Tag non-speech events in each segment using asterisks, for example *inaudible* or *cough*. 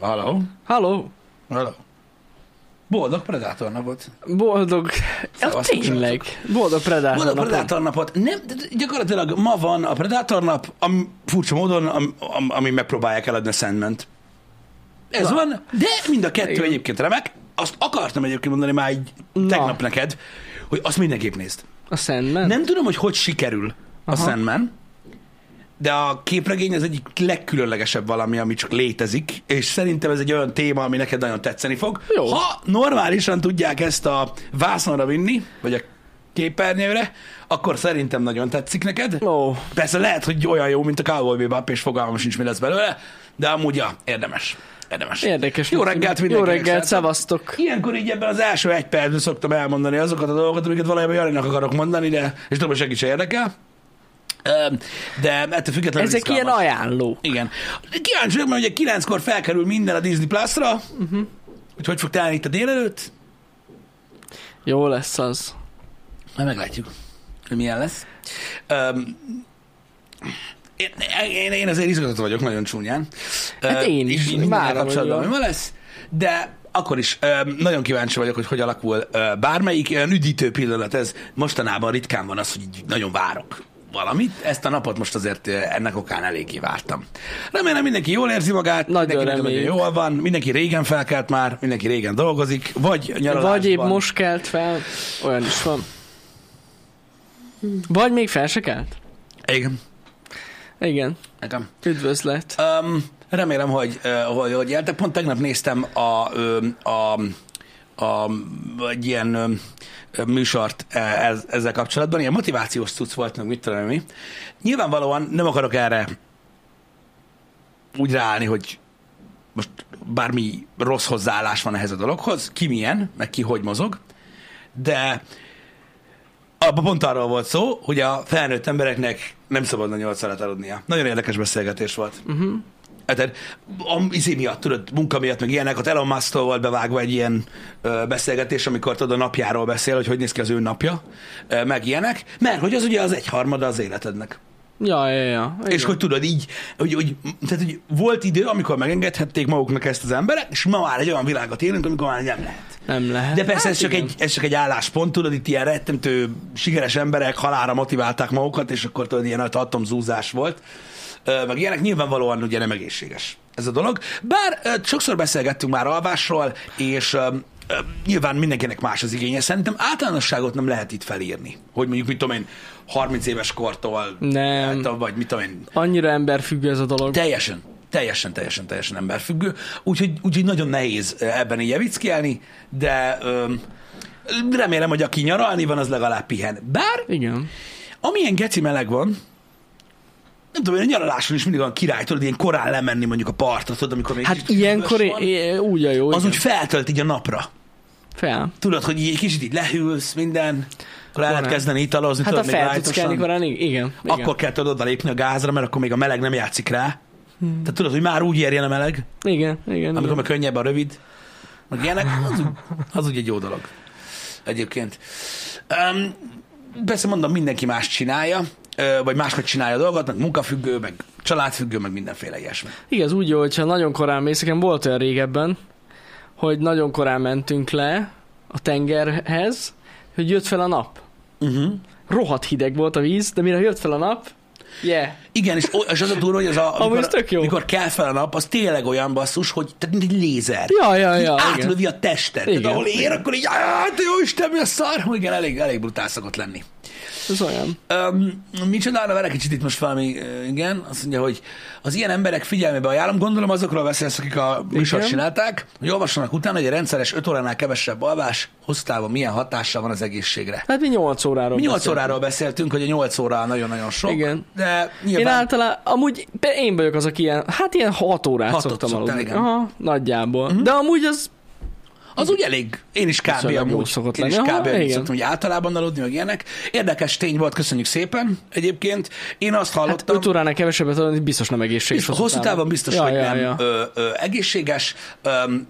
Halló? Halló, Halló? Boldog Predátor napot! boldog... Ja, Szevasztok, tényleg, boldog Predator Boldog napon. Predátor napot! Nem, de- de gyakorlatilag ma van a Predátor nap, ami furcsa módon, am, am, ami megpróbálják eladni a Sandment. Ez Na. van, de mind a kettő Igen. egyébként remek. Azt akartam egyébként mondani már egy Na. tegnap neked, hogy azt mindenképp nézd. A Sandman? Nem tudom, hogy hogy sikerül a Aha. Sandman, de a képregény az egyik legkülönlegesebb valami, ami csak létezik, és szerintem ez egy olyan téma, ami neked nagyon tetszeni fog. Jó. Ha normálisan tudják ezt a vászonra vinni, vagy a képernyőre, akkor szerintem nagyon tetszik neked. Ó, Persze lehet, hogy olyan jó, mint a Cowboy Bebop, és fogalmam sincs, mi lesz belőle, de amúgy ja, érdemes. Érdemes. érdekes. Jó mint- reggelt Jó mindenkinek. reggelt, szeretettel. szevasztok. Ilyenkor így ebben az első egy percben szoktam elmondani azokat a dolgokat, amiket valójában Janinak akarok mondani, de, és tudom, hogy senki se érdekel. Öm, De ettől függetlenül Ezek izgalmas. ilyen ajánló. Igen. Kíváncsi vagyok, mert ugye kilenckor felkerül minden a Disney Plus-ra, uh-huh. Mhm. hogy hogy fog telni itt a délelőtt, Jó lesz az. majd meglátjuk, hogy milyen lesz. Öm, én, én, én azért izgatott vagyok nagyon csúnyán. Hát Öm, én is. így mindennel Várom, hogy kapcsolatban, mi hogy van. ma lesz, de akkor is öm, nagyon kíváncsi vagyok, hogy hogy alakul ö, bármelyik olyan üdítő pillanat ez. Mostanában ritkán van az, hogy így nagyon várok valamit. Ezt a napot most azért ö, ennek okán eléggé vártam. Remélem mindenki jól érzi magát, Nagyon mindenki nagyon reméljük. jól van, mindenki régen felkelt már, mindenki régen dolgozik, vagy nyaralásban. Vagy épp most kelt fel, olyan is van. Vagy még fel se kelt? Igen, Igen, nekem. üdvözlet. Um, remélem, hogy, ö, hogy, hogy jártak. Pont tegnap néztem a, ö, a, a, egy ilyen ö, ö, műsort e- ez, ezzel kapcsolatban. Ilyen motivációs cucc volt, meg mit tudom én mi. Nyilvánvalóan nem akarok erre úgy ráállni, hogy most bármi rossz hozzáállás van ehhez a dologhoz, ki milyen, meg ki hogy mozog, de abban pont arról volt szó, hogy a felnőtt embereknek nem szabadna 8 órát aludnia. Nagyon érdekes beszélgetés volt. Uh-huh. Tehát, a izé miatt, tudod, munka miatt, meg ilyenek, ott Elon musk volt bevágva egy ilyen ö, beszélgetés, amikor tudod, a napjáról beszél, hogy hogy néz ki az ő napja, ö, meg ilyenek, mert hogy az ugye az egyharmada az életednek. Ja, ja, ja. Igen. És hogy tudod, így, hogy, hogy, tehát, hogy volt idő, amikor megengedhették maguknak ezt az emberek, és ma már egy olyan világot élünk, amikor már nem lehet. Nem lehet. De persze Hát ez csak, igen. egy, ez csak egy álláspont, tudod, itt ilyen rettentő sikeres emberek halára motiválták magukat, és akkor tudod, ilyen nagy atomzúzás volt. Ö, Meg ilyenek nyilvánvalóan ugye nem egészséges ez a dolog. Bár ö, sokszor beszélgettünk már alvásról, és ö, ö, nyilván mindenkinek más az igénye. Szerintem általánosságot nem lehet itt felírni. Hogy mondjuk, mit tudom én, 30 éves kortól, Nem. hát, vagy mit tudom én, Annyira emberfüggő ez a dolog. Teljesen, teljesen, teljesen, teljesen emberfüggő. Úgyhogy, úgyhogy nagyon nehéz eh, ebben így evickelni, de öm, remélem, hogy aki nyaralni van, az legalább pihen. Bár, Igen. amilyen geci meleg van, nem tudom, én a nyaraláson is mindig olyan király, tudod, ilyen korán lemenni mondjuk a partra, tudod, amikor még Hát kicsit hűvös ilyenkor van, i- i- úgy a jó, az igen. úgy feltölt így a napra. fel. Tudod, hogy így egy kicsit így lehűlsz minden, akkor el lehet Korán. kezdeni italozni, Hát a tudod, még fel tudsz kelni lájtosan. korán, igen. igen. Akkor kell tudod odalépni a gázra, mert akkor még a meleg nem játszik rá. Hmm. Tehát tudod, hogy már úgy érjen a meleg, Igen, igen. Amikor igen. meg könnyebb a rövid, meg ilyenek, az, az úgy egy jó dolog. Egyébként. Um, persze mondom, mindenki más csinálja, ö, vagy máshogy csinálja a dolgot, meg munkafüggő, meg családfüggő, meg mindenféle ilyesmi. Igaz, úgy jó, hogyha nagyon korán mész, nekem volt olyan régebben, hogy nagyon korán mentünk le a tengerhez, hogy jött fel a nap. Uh-huh. Rohadt hideg volt a víz, de mire jött fel a nap, yeah, Igen, és, o- és az a durva, hogy az a, amikor, ez tök jó. amikor kell fel a nap, az tényleg olyan basszus, hogy tehát mint egy lézer. ja, ja, ja, így igen. átlövi a testet. Tehát Igen. ahol ér, akkor így, hát jó Isten, mi a szar? Igen, elég, elég brutál szokott lenni. Ez olyan. Um, micsodára vele kicsit itt most valami, ö, igen, azt mondja, hogy az ilyen emberek figyelmébe ajánlom, gondolom azokról beszélsz, akik a műsort Igen. csinálták, hogy olvassanak utána, hogy a rendszeres 5 óránál kevesebb alvás hosszában milyen hatással van az egészségre. Hát mi 8 óráról. Mi 8 beszélünk. óráról beszéltünk, hogy a 8 óra nagyon-nagyon sok, Igen. de Én nyilván általában, amúgy pe- én vagyok az, aki ilyen, hát ilyen 6 órát Hatot szoktam szoktál, aludni. igen. Mhm. Aha, nagyjából. De amúgy az, az úgy elég, én is kb. Viszonylag jó amúgy, szokott én is lenni. Aha, kb. amúgy igen. szoktam, hogy általában aludni, meg ilyenek. Érdekes tény volt, köszönjük szépen egyébként. Én azt hát hallottam, 5 óránál kevesebbet aludni, biztos nem egészséges. Biztos, hosszú távon biztos, ja, hogy ja, nem Ja. Ö, ö, egészséges. Öm,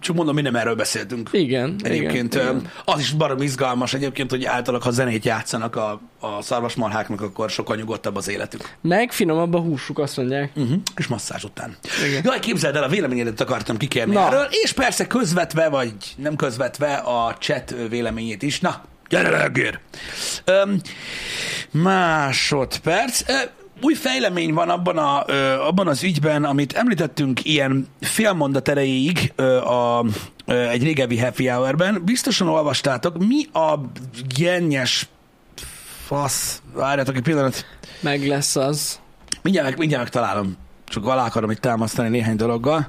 Csak mondom, mi nem erről beszéltünk. Igen. Egyébként igen, igen, igen. az is barom izgalmas egyébként, hogy általában, ha zenét játszanak a, a szarvasmarháknak, akkor sokkal nyugodtabb az életük. Meg finomabb a húsuk, azt mondják. Uh-huh. És masszázs után. Igen. Jaj, képzeld el, a véleményedet akartam kikérni Na. Na. erről, és persze közvetve, vagy nem közvetve a chat véleményét is. Na, gyere legér! Öm, másodperc. Ö, új fejlemény van abban, a, ö, abban az ügyben, amit említettünk ilyen félmondat erejéig ö, a, ö, egy régebbi happy hour-ben. Biztosan olvastátok, mi a gennyes fasz, várjátok egy pillanat, Meg lesz az. Mindjárt, meg, mindjárt megtalálom. Csak alá akarom itt támasztani néhány dologgal.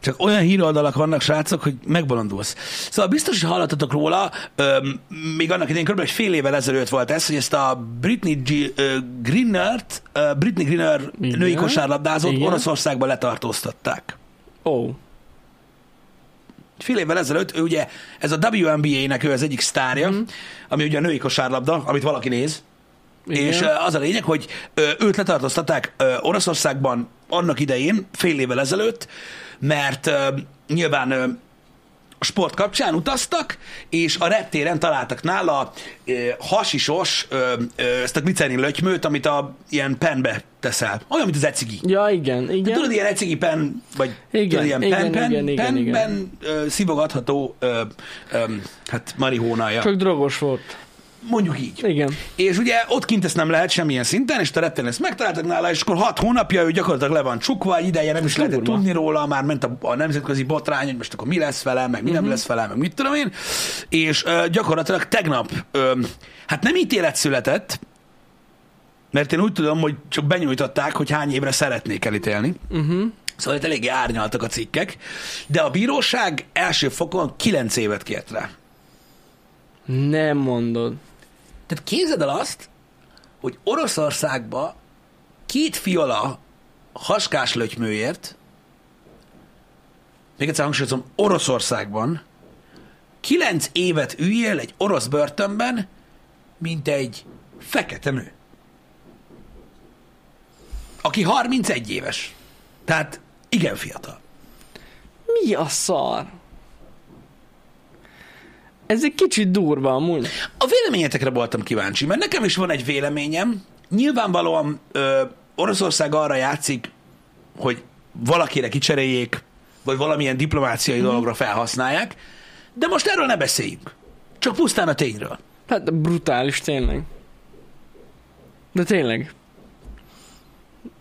Csak olyan híroldalak vannak, srácok, hogy megbolondulsz. Szóval biztos, hogy hallottatok róla, öm, még annak idején kb. egy fél évvel ezelőtt volt ez, hogy ezt a Britney G- ö, Greenert, ö, Britney Greener Igen. női kosárlabdázót Igen. Oroszországban letartóztatták. Ó. Oh. Fél évvel ezelőtt ő ugye, ez a WNBA-nek ő az egyik sztárja, Mhm. mm. ami ugye a női kosárlabda, amit valaki néz, Igen. és ö, az a lényeg, hogy ö, őt letartóztatták ö, Oroszországban annak idején, fél évvel ezelőtt, mert ö, nyilván ö, a sport kapcsán utaztak, és a reptéren találtak nála ö, hasisos, ö, ö, ezt a glicerin lötymőt, amit a ilyen penbe teszel. Olyan, mint az ecigi. Ja, igen, igen. Tudod, ilyen ecigi pen, vagy Igen, tudod, ilyen igen, pen, pen, igen, igen, pen, igen. pen ö, szivogatható ö, ö, hát marihónája. Csak drogos volt. Mondjuk így. Igen. És ugye ott kint ezt nem lehet semmilyen szinten, és a reptéren ezt megtaláltak nála, és akkor hat hónapja ő gyakorlatilag le van csukva, egy ideje nem is lehetett Durva. tudni róla, már ment a, a nemzetközi botrány, hogy most akkor mi lesz vele, meg mi nem lesz vele, meg mit tudom én. És ö, gyakorlatilag tegnap, ö, hát nem ítélet született, mert én úgy tudom, hogy csak benyújtották, hogy hány évre szeretnék elítélni. Uh-huh. Szóval itt eléggé árnyaltak a cikkek, de a bíróság első fokon kilenc évet kért rá. Nem mondod. Tehát képzeld el azt, hogy Oroszországba két fiola haskás lötymőért, még egyszer hangsúlyozom, Oroszországban kilenc évet üljél egy orosz börtönben, mint egy fekete nő. Aki 31 éves. Tehát igen fiatal. Mi a szar? Ez egy kicsit durva amúgy. A véleményetekre voltam kíváncsi, mert nekem is van egy véleményem. Nyilvánvalóan ö, Oroszország arra játszik, hogy valakire kicseréljék, vagy valamilyen Mhm. diplomáciai dologra felhasználják, de most erről ne beszéljünk. Csak pusztán a tényről. Hát brutális tényleg. De tényleg.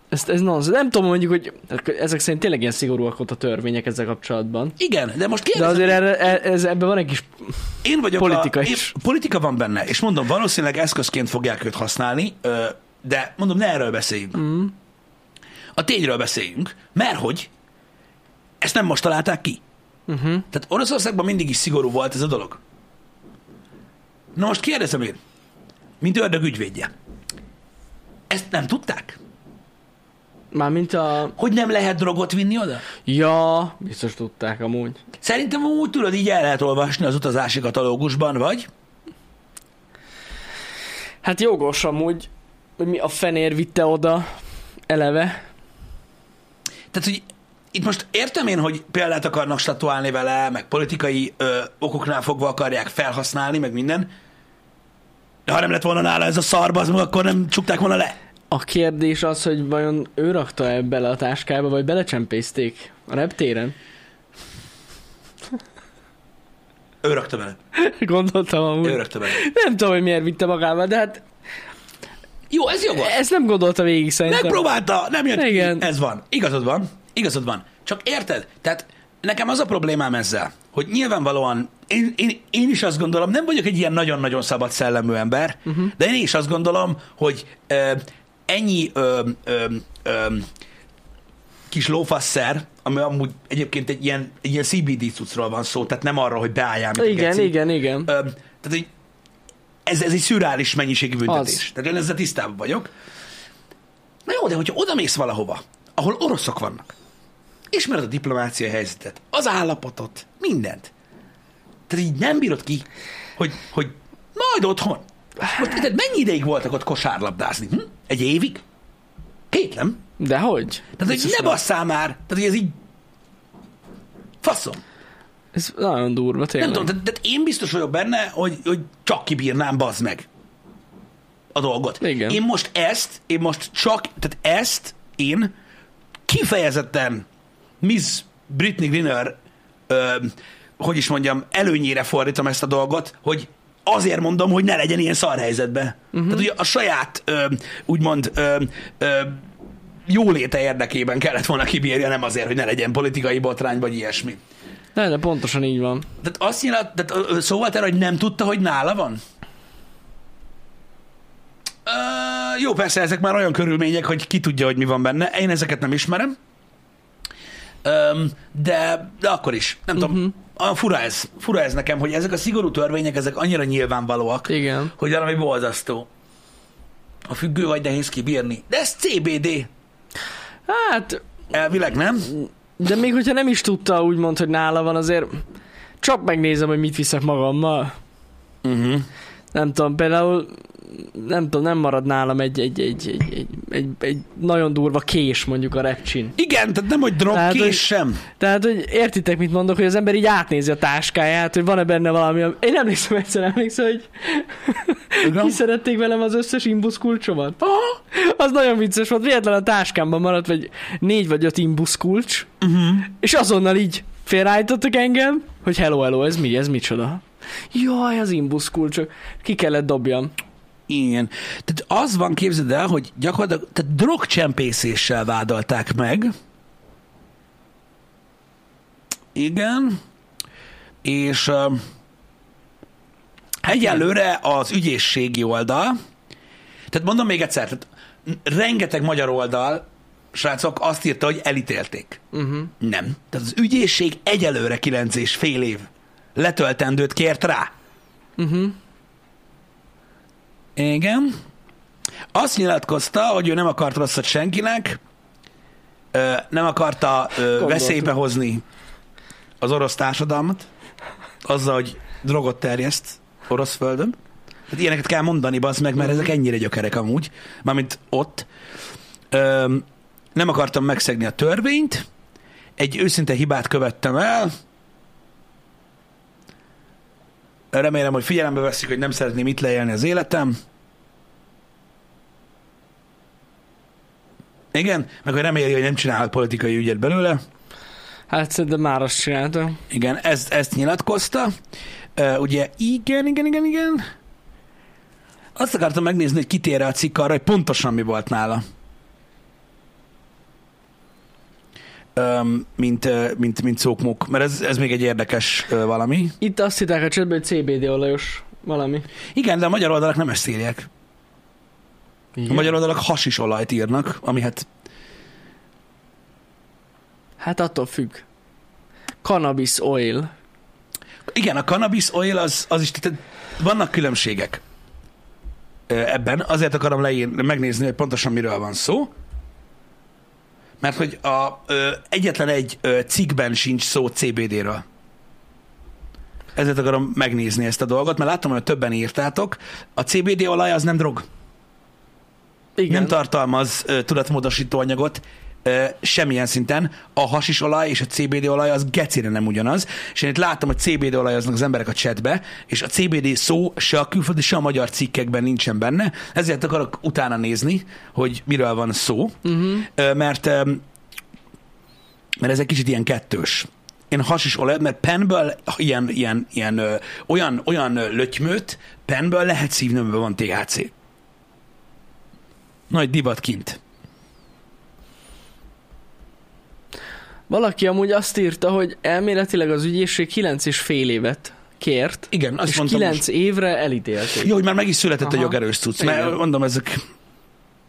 Ezt, ez nonsense. Nem tudom mondjuk, hogy ezek szerint tényleg ilyen szigorúak ott a törvények ezzel kapcsolatban. Igen, de most De kérdezem, azért erre, e- ez, ebben van egy kis... én vagyok politika a, is. Én, politika van benne, és mondom, valószínűleg eszközként fogják őt használni, ö, de mondom, ne erről beszéljünk. Mm. A tényről beszéljünk, mert hogy ezt nem most találták ki. Uh-huh. Tehát Oroszországban mindig is szigorú volt ez a dolog. Na most kérdezem én, mint ördög ügyvédje, ezt nem tudták? Mármint a... Hogy nem lehet drogot vinni oda? Ja, biztos tudták amúgy. Szerintem úgy tudod, így el lehet olvasni az utazási katalógusban, vagy? Hát jogos amúgy, hogy mi a fenér vitte oda eleve. Tehát, hogy itt most értem én, hogy példát akarnak statuálni vele, meg politikai ö, okoknál fogva akarják felhasználni, meg minden. De ha nem lett volna nála ez a szarba, az meg akkor nem csukták volna le. A kérdés az, hogy vajon ő rakta-e bele a táskába, vagy belecsempészték a reptéren? *laughs* Ő rakta bele. Gondoltam amúgy. Ő rakta bele. Nem tudom, hogy miért vitte magával, de hát Jó, ez jogos. ezt nem gondolta végig szerintem. Megpróbálta, nem jött Igen. ki. Ez van. Igazad van. Igazad van. Csak érted? Tehát nekem az a problémám ezzel, hogy nyilvánvalóan én, én, én is azt gondolom, nem vagyok egy ilyen nagyon-nagyon szabad szellemű ember, uh-huh. de én is azt gondolom, hogy ö, ennyi ö, ö, ö, kis lófasszer, ami amúgy egyébként egy ilyen, egy ilyen CBD cuccról van szó, tehát nem arra, hogy beálljál, mint egy igen, geci. igen, igen. Ö, tehát, hogy ez, ez egy szürális mennyiségű büntetés. Az. Az. Tehát én ezzel tisztában vagyok. Na jó, de hogyha oda mész valahova, ahol oroszok vannak, ismered a diplomáciai helyzetet, az állapotot, mindent. Tehát így nem bírod ki, hogy, hogy majd otthon. Most tehát mennyi ideig voltak ott kosárlabdázni? Hm? Egy évig? Kétlem. De hogy? Tehát, hogy ne basszál már. Tehát, hogy ez így... Faszom. Ez nagyon durva, tényleg. Nem tudom, de, de én biztos vagyok benne, hogy, hogy csak kibírnám, bazd meg a dolgot. Igen. Én most ezt, én most csak, tehát ezt én kifejezetten Miss Britney Griner, ö, hogy is mondjam, előnyére fordítom ezt a dolgot, hogy azért mondom, hogy ne legyen ilyen szar helyzetben. Mhm. Uh-huh. Tehát ugye a saját, ö, úgymond, ö, ö, jóléte érdekében kellett volna kibírja, nem azért, hogy ne legyen politikai botrány, vagy ilyesmi. De, de pontosan így van. Tehát azt nyilat, tehát ö, ö, szó volt erre, hogy nem tudta, hogy nála van? Ö, jó, persze, ezek már olyan körülmények, hogy ki tudja, hogy mi van benne. Én ezeket nem ismerem. Ö, de, de akkor is, nem uh-huh. Mhm. tudom. Olyan fura ez, fura ez nekem, hogy ezek a szigorú törvények, ezek annyira nyilvánvalóak, Igen. hogy valami boldasztó. A függő vagy nehéz kibírni. De ez CBD. Hát, Elvileg nem? de még hogyha nem is tudta úgymond, hogy nála van, azért csak megnézem, hogy mit viszek magammal. Mhm. Uh-huh. Nem tudom, például nem tudom, nem marad nálam egy, egy, egy, egy, egy, egy, egy nagyon durva kés mondjuk a repcsin. Igen, tehát nem, hogy drog, Tehát, hogy- kés sem. Tehát, hogy értitek, mit mondok, hogy az ember így átnézi a táskáját, hogy van-e benne valami. ami- Én emlékszem, egyszer emlékszem, hogy Igen? kiszerették velem az összes imbusz kulcsomat. Aha. Az nagyon vicces volt, véletlen a táskámban maradt, vagy négy vagy öt imbusz kulcs, Uh-huh. és azonnal így félreállítottak engem, hogy hello, hello, ez mi, ez micsoda. Jaj, az imbusz kulcsok. Ki kellett dobjam. Igen. Tehát az van, képzeld el, hogy gyakorlatilag tehát drogcsempészéssel vádolták meg. Igen. És ö, egyelőre az ügyészségi oldal, tehát mondom még egyszer, tehát rengeteg magyar oldal, srácok, azt írta, hogy elítélték. Uh-huh. Nem. Tehát az ügyészség egyelőre kilenc és fél év letöltendőt kért rá. Uh-huh. Igen. Azt nyilatkozta, hogy ő nem akart rosszat senkinek, ö, nem akarta ö, veszélybe hozni az orosz társadalmat, azzal, hogy drogot terjeszt orosz földön. Hát ilyeneket kell mondani, bazd meg, mert ezek ennyire gyökerek amúgy, mármint ott. Ö, nem akartam megszegni a törvényt, egy őszinte hibát követtem el, remélem, hogy figyelembe veszik, hogy nem szeretném itt leélni az életem. Igen, meg hogy reméli, hogy nem csinálhat politikai ügyet belőle. Hát szerintem már azt csinálta. Igen, ezt, ezt nyilatkozta. Uh, ugye igen, igen, igen, igen. Azt akartam megnézni, hogy kitér a cikk arra, hogy pontosan mi volt nála. Um, mint, ö, mint, mint szókmuk, mert ez, ez még egy érdekes ö, valami. Itt azt hitták a csetben, hogy CBD olajos valami. Igen, de a magyar oldalak nem ezt írják. A Igen. magyar oldalak hasis olajt írnak, ami hát Hát attól függ. Cannabis oil. igen, a cannabis oil az, az is, tehát vannak különbségek ö, ebben, azért akarom leír, megnézni, hogy pontosan miről van szó, mert hogy a, ö, egyetlen egy ö, cikkben sincs szó CBD-ről. Ezért akarom megnézni ezt a dolgot, mert láttam, hogy többen írtátok. A CBD olaj az nem drog. Igen. nem tartalmaz ö, tudatmódosító anyagot ö, semmilyen szinten. A hasis olaj és a CBD olaj az gecire nem ugyanaz. És én itt láttam, hogy CBD olajoznak az emberek a chatbe, és a CBD szó se a külföldi, se a magyar cikkekben nincsen benne. Ezért akarok utána nézni, hogy miről van szó, uh-huh. ö, mert, ö, mert ez egy kicsit ilyen kettős. Én hasis olaj, mert penből ilyen, ilyen, ilyen ö, olyan, olyan ö, lötymőt penből lehet szívni, amiben van THC. Nagy divat kint. Valaki amúgy azt írta, hogy elméletileg az ügyészség 9 és fél évet kért, Igen, azt és mondtam 9 most. évre elítélték. Jó, hogy már meg is született Aha. a Aha. jogerős cucc, mert Igen. mondom, ezek,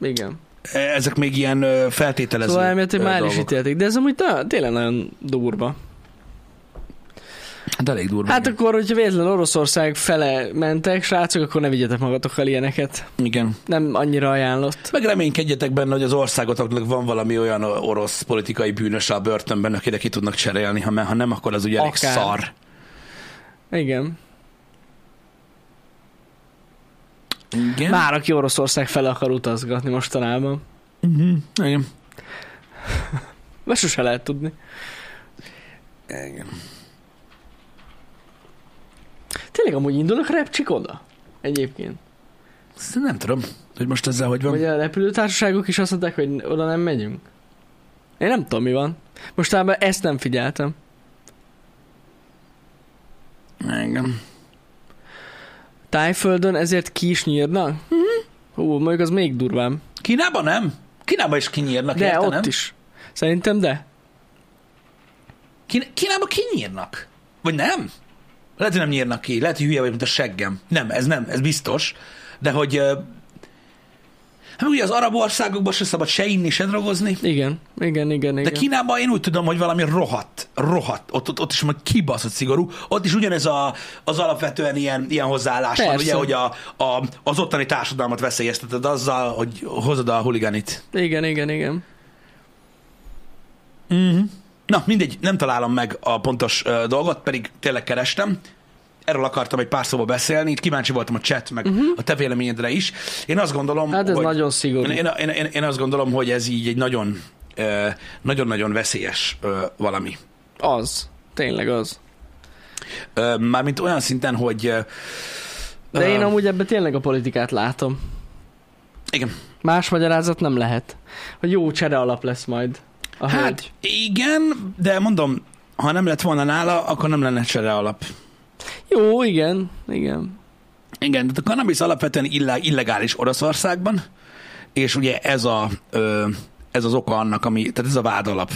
Igen. ezek még ilyen ö, feltételező Szóval elméletileg ö, már is dolgok. ítélték, de ez amúgy ta- tényleg nagyon durva. Hát elég durva. Hát Hát, akkor, hogyha véletlenül Oroszország fele mentek, srácok, akkor ne vigyetek magatokkal ilyeneket. igen. Nem annyira ajánlott. Meg reménykedjetek benne, hogy az országotoknak van valami olyan orosz politikai bűnös a börtönben, akire ki tudnak cserélni, ha, ha nem, akkor az ugye elég Akár. szar. Igen. Igen. Már aki Oroszország fele akar utazgatni mostanában. Uh-huh. Igen. Mert sose lehet tudni. Igen. Tényleg amúgy indulnak repcsik oda? Egyébként. Ezt nem tudom, hogy most ezzel hogy van. Vagy a repülőtársaságok is azt mondták, hogy oda nem megyünk. Én nem tudom, mi van. Mostában ezt nem figyeltem. Engem. Tájföldön ezért ki is nyírnak? Mm-hmm. Mhm. Hú, mondjuk az még durvám. Kínában nem? Kínában is kinyírnak, De érte, ott nem? is. Szerintem de. Kín- Kínában kinyírnak? Vagy nem? Lehet, hogy nem nyírnak ki, lehet, hogy hülye vagy, mint a seggem. Nem, ez nem, ez biztos. De hogy... ö, Hát ugye az arab országokban se szabad se inni, se drogozni. Igen, igen, igen, igen. De Kínában én úgy tudom, hogy valami rohadt, rohadt, ott, ott, ott is majd kibaszott szigorú, ott is ugyanez a, az alapvetően ilyen, ilyen hozzáállás van, Persze. ugye, hogy a, a, az ottani társadalmat veszélyezteted azzal, hogy hozod a huliganit. Igen, igen, igen. Na, mindegy, nem találom meg a pontos uh, dolgot, pedig tényleg kerestem. Erről akartam egy pár szóba beszélni, itt kíváncsi voltam a chat, meg uh-huh. a te véleményedre is. Én azt gondolom, Mhm. Hát ez hogy... nagyon szigorú. Én, én, én, én azt gondolom, hogy ez így egy nagyon, ö, nagyon-nagyon veszélyes ö, valami. Az. Tényleg az. Ö, Mármint olyan szinten, hogy... ö, De én ö, amúgy ebben tényleg a politikát látom. Igen. Más magyarázat nem lehet. Hogy jó csere alap lesz majd. A hát, hölgy. Hát igen, de mondom, ha nem lett volna nála, akkor nem lenne csere alap. Jó, igen, igen. Igen, tehát a cannabis alapvetően illa- illegális Oroszországban, és ugye ez a ö, ez az oka annak, ami, tehát ez a vád alap.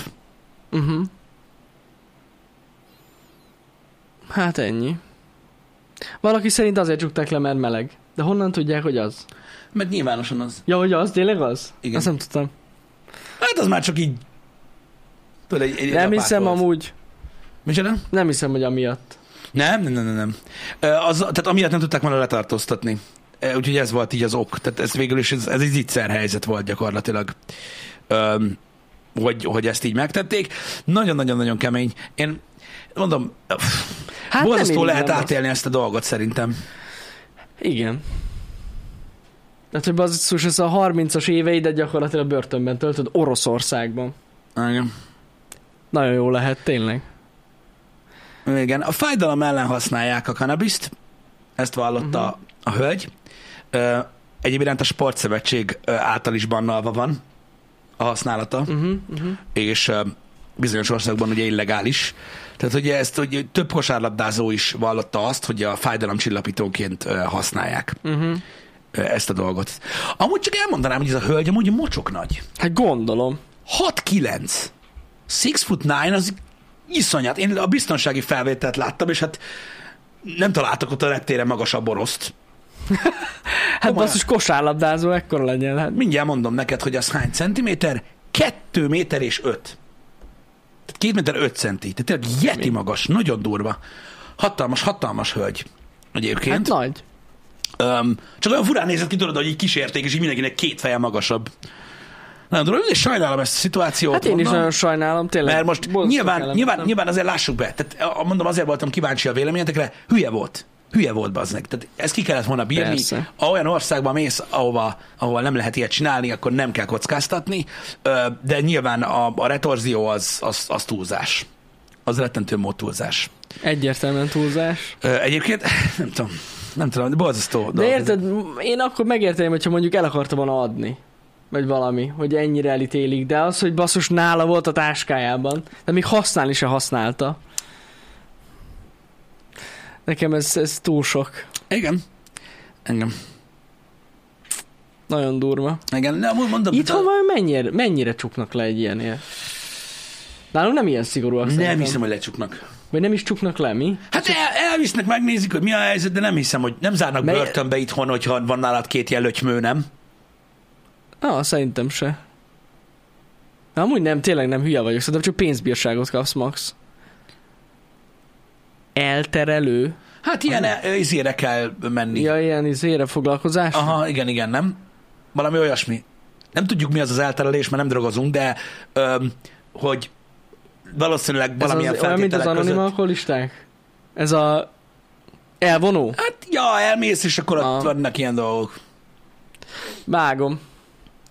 Uh-huh. Hát ennyi. Valaki szerint azért csukták le, mert meleg. De honnan tudják, hogy az? Mert nyilvánosan az. Ja, hogy az? Tényleg az? Igen. Azt nem tudtam. Hát az már csak így... Tudod, egy, egy nem egy hiszem apát volt. amúgy. Micsoda? Nem hiszem, hogy amiatt. Nem, nem, nem, nem, nem. Ö, Az, tehát amiatt nem tudták volna letartóztatni. Ö, Úgyhogy ez volt így az ok. Tehát ez végül is, ez, ez egy zicser helyzet volt gyakorlatilag. Öm, hogy, hogy ezt így megtették. Nagyon-nagyon-nagyon kemény. Én mondom, Hát hát borzasztó nem lehet irigyem átélni ezt a dolgot szerintem. azt. Igen. Tehát, hogy basszus, ez a 30-as éveidet gyakorlatilag börtönben töltöd Oroszországban. Igen. Nagyon jó lehet, tényleg. Igen. A fájdalom ellen használják a kanabiszt, ezt vallotta uh-huh. a hölgy. Ö, Egyéb iránt a sportszövetség ö, által is bannalva van a használata. Uh-huh, uh-huh. és ö, bizonyos országban ugye illegális. Tehát ugye ezt hogy több kosárlabdázó is vallotta azt, hogy a fájdalomcsillapítóként ö, használják Uh-huh. ö, ezt a dolgot. Amúgy csak elmondanám, hogy ez a hölgy amúgy mocsok nagy. Hát gondolom. 6-9. 6 foot 9 az iszonyat. Én a biztonsági felvételt láttam, és hát nem találtak ott a reptéren magasabb oroszt. Hát Komolyan. basszus, kosárlabdázó ekkora legyen. Hát. Mindjárt mondom neked, hogy az hány centiméter? 2 méter és 5. Tehát 2 méter 5 centi. Tehát tényleg jeti magas, nagyon durva. Hatalmas, hatalmas hölgy. hát Egyébként. Hát nagy. um, csak olyan furán nézett ki, tudod, hogy így kísérték, és így mindenkinek két feje magasabb. Nagyon durva, és sajnálom ezt a szituációt. Hát én is mondom. nagyon sajnálom, tényleg. Mert most Borzasztó nyilván, kellemetlen. nyilván, nyilván azért lássuk be, tehát a- mondom, azért voltam kíváncsi a véleményetekre, hülye volt. Hülye volt baznek. Tehát ezt ki kellett volna bírni. Persze. Ha olyan országba mész, ahova, ahova nem lehet ilyet csinálni, akkor nem kell kockáztatni, Ö, de nyilván a, a retorzió az, az, az túlzás. Az rettentő mód túlzás. Egyértelműen túlzás. Ö, Egyébként *laughs* nem tudom, nem tudom, de borzasztó. De dolog ez. érted, m- én akkor megérteném, hogyha mondjuk el akarta volna adni. Vagy valami, hogy ennyire elítélik. De az, hogy basszus nála volt a táskájában, de még használni se használta. Nekem ez, ez túl sok. Igen. Engem. Nagyon durva. Igen, de amúgy mondom, de- Itthon vajon mennyire, mennyire csuknak le egy ilyenért? Nálunk nem ilyen szigorúak nem szerintem. hiszem, hogy lecsuknak. Vagy nem is csuknak le, mi? Hát el, elvisznek, megnézik, hogy mi a helyzet, de nem hiszem, hogy nem zárnak Mely- Mely... börtönbe itthon, hogyha van nálad két jelötymő, nem? Na, szerintem se. Na, amúgy nem, tényleg nem hülye vagyok, szerintem csak pénzbírságot kapsz, Max. Elterelő. Hát ilyen e- izére kell menni. Ja. Ja, ilyen izére foglalkozás. Aha, igen, igen, nem? Valami olyasmi. Nem tudjuk, mi az az elterelés, mert nem drogozunk, de öm, hogy valószínűleg Ez valamilyen az, olyan, mint az feltételek anonim között. alkoholisták. Ez a elvonó? Hát, ja, elmész, és akkor Aha. ott vannak ilyen dolgok. Vágom.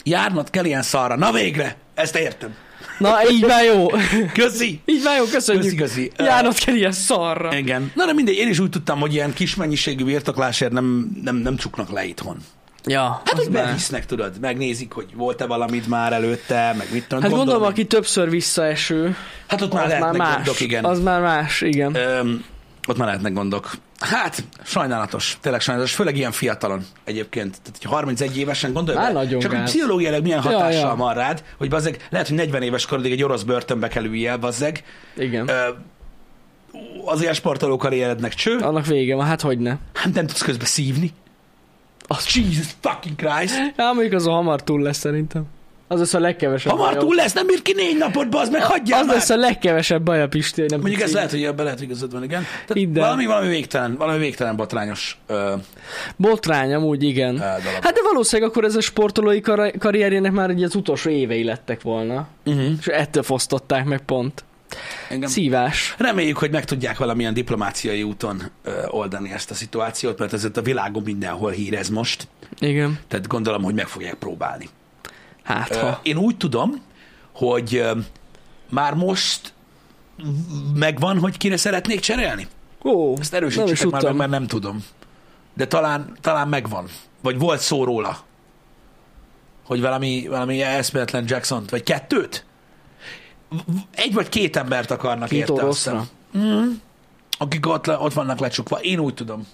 Járnod kell ilyen szarra. Na végre! Ezt értem. Na, így már jó. Köszi! Így már jó, Köszi, köszönjük. köszi. Jánot kell ilyen szarra. Igen. Na de mindegy, én is úgy tudtam, hogy ilyen kis mennyiségű birtoklásért nem, nem, nem csuknak le itthon. Ja, Hát, az hogy már. bevisznek, tudod, megnézik, hogy volt-e valamit már előtte, meg mit tudom. Hát gondolom, gondolni. aki többször visszaeső, Hát ott már az már lehetnek más. gondok, igen. Az már más, igen. Öm, ott már lehetnek gondok. Hát, sajnálatos, tényleg sajnálatos, főleg ilyen fiatalon egyébként. Tehát, hogy 31 évesen gondolj Már bele, nagyon csak hogy gáz. pszichológiailag milyen Ja, hatással ja. van rád, hogy bazzeg, lehet, hogy 40 éves korodig egy orosz börtönbe kell üljél, bazzeg. Igen. Ö, az ilyen sportoló karrierednek cső, Annak vége van, hát hogy ne. hát nem tudsz közbe szívni. Az Jesus fucking Christ! Hát mondjuk azon hamar túl lesz szerintem. Az lesz a legkevesebb Hamar baja. túl lesz, nem ír ki négy napot, bazd meg, hagyjál Az már! lesz a legkevesebb baj a Pisti, hogy nem Mondjuk tudsz ez így- lehet, hogy ebben lehet, hogy igazad van, igen. Tehát Minden. valami, valami végtelen, valami végtelen botrányos ö, Botrány amúgy, igen. ö, dolog. Hát de valószínűleg akkor ez a sportolói kar- karrierjének már ugye az utolsó évei lettek volna. Uh-huh. És ettől fosztották meg pont. Engem. Szívás. Reméljük, hogy meg tudják valamilyen diplomáciai úton ö, oldani ezt a szituációt, mert ezért a világon mindenhol hírez most, Igen. tehát gondolom, hogy meg fogják próbálni. Hát Ö, ha. én úgy tudom, hogy ö, már most megvan, hogy kire szeretnék cserélni. Ó, Ezt nem is erősítsétek már meg, tudtam. mert nem tudom. De talán, talán megvan. Vagy volt szó róla. Hogy valami, valami eszméletlen Jackson-t, vagy kettőt? V- v- Egy vagy két embert akarnak Két érte, azt oroszra. hiszem. Mhm. Akik ott, le- ott vannak lecsukva. Én úgy tudom.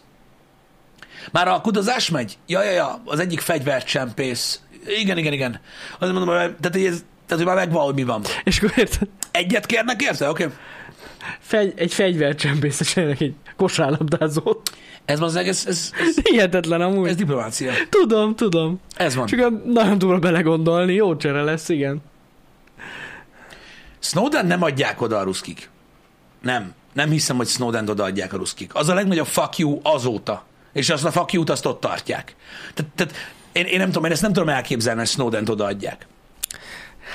Már a kudozás megy? Ja, ja, ja, az egyik fegyvercsempész. Igen, igen, igen. Azt mondom, hogy, tehát, hogy ez, tehát, hogy már megvan, hogy mi van. És akkor érted? Egyet kérnek érte? Oké. Okay. Fegy, egy fegyvercsempészesenek egy kosárlabdázót. Ez van az egész, ez, ez, *laughs* Hihetetlen amúgy. ez diplomácia. Tudom, tudom. Ez van. Csak a- nagyon durva belegondolni. Jó csere lesz, igen. Snowden nem adják oda a ruszkik. Nem. Nem hiszem, hogy Snowden odaadják a ruszkik. Az a legnagyobb fuck you azóta. És azt a fuck you-t azt ott tartják. Tehát, tehát én, én, nem tudom, én ezt nem tudom elképzelni, hogy Snowden odaadják.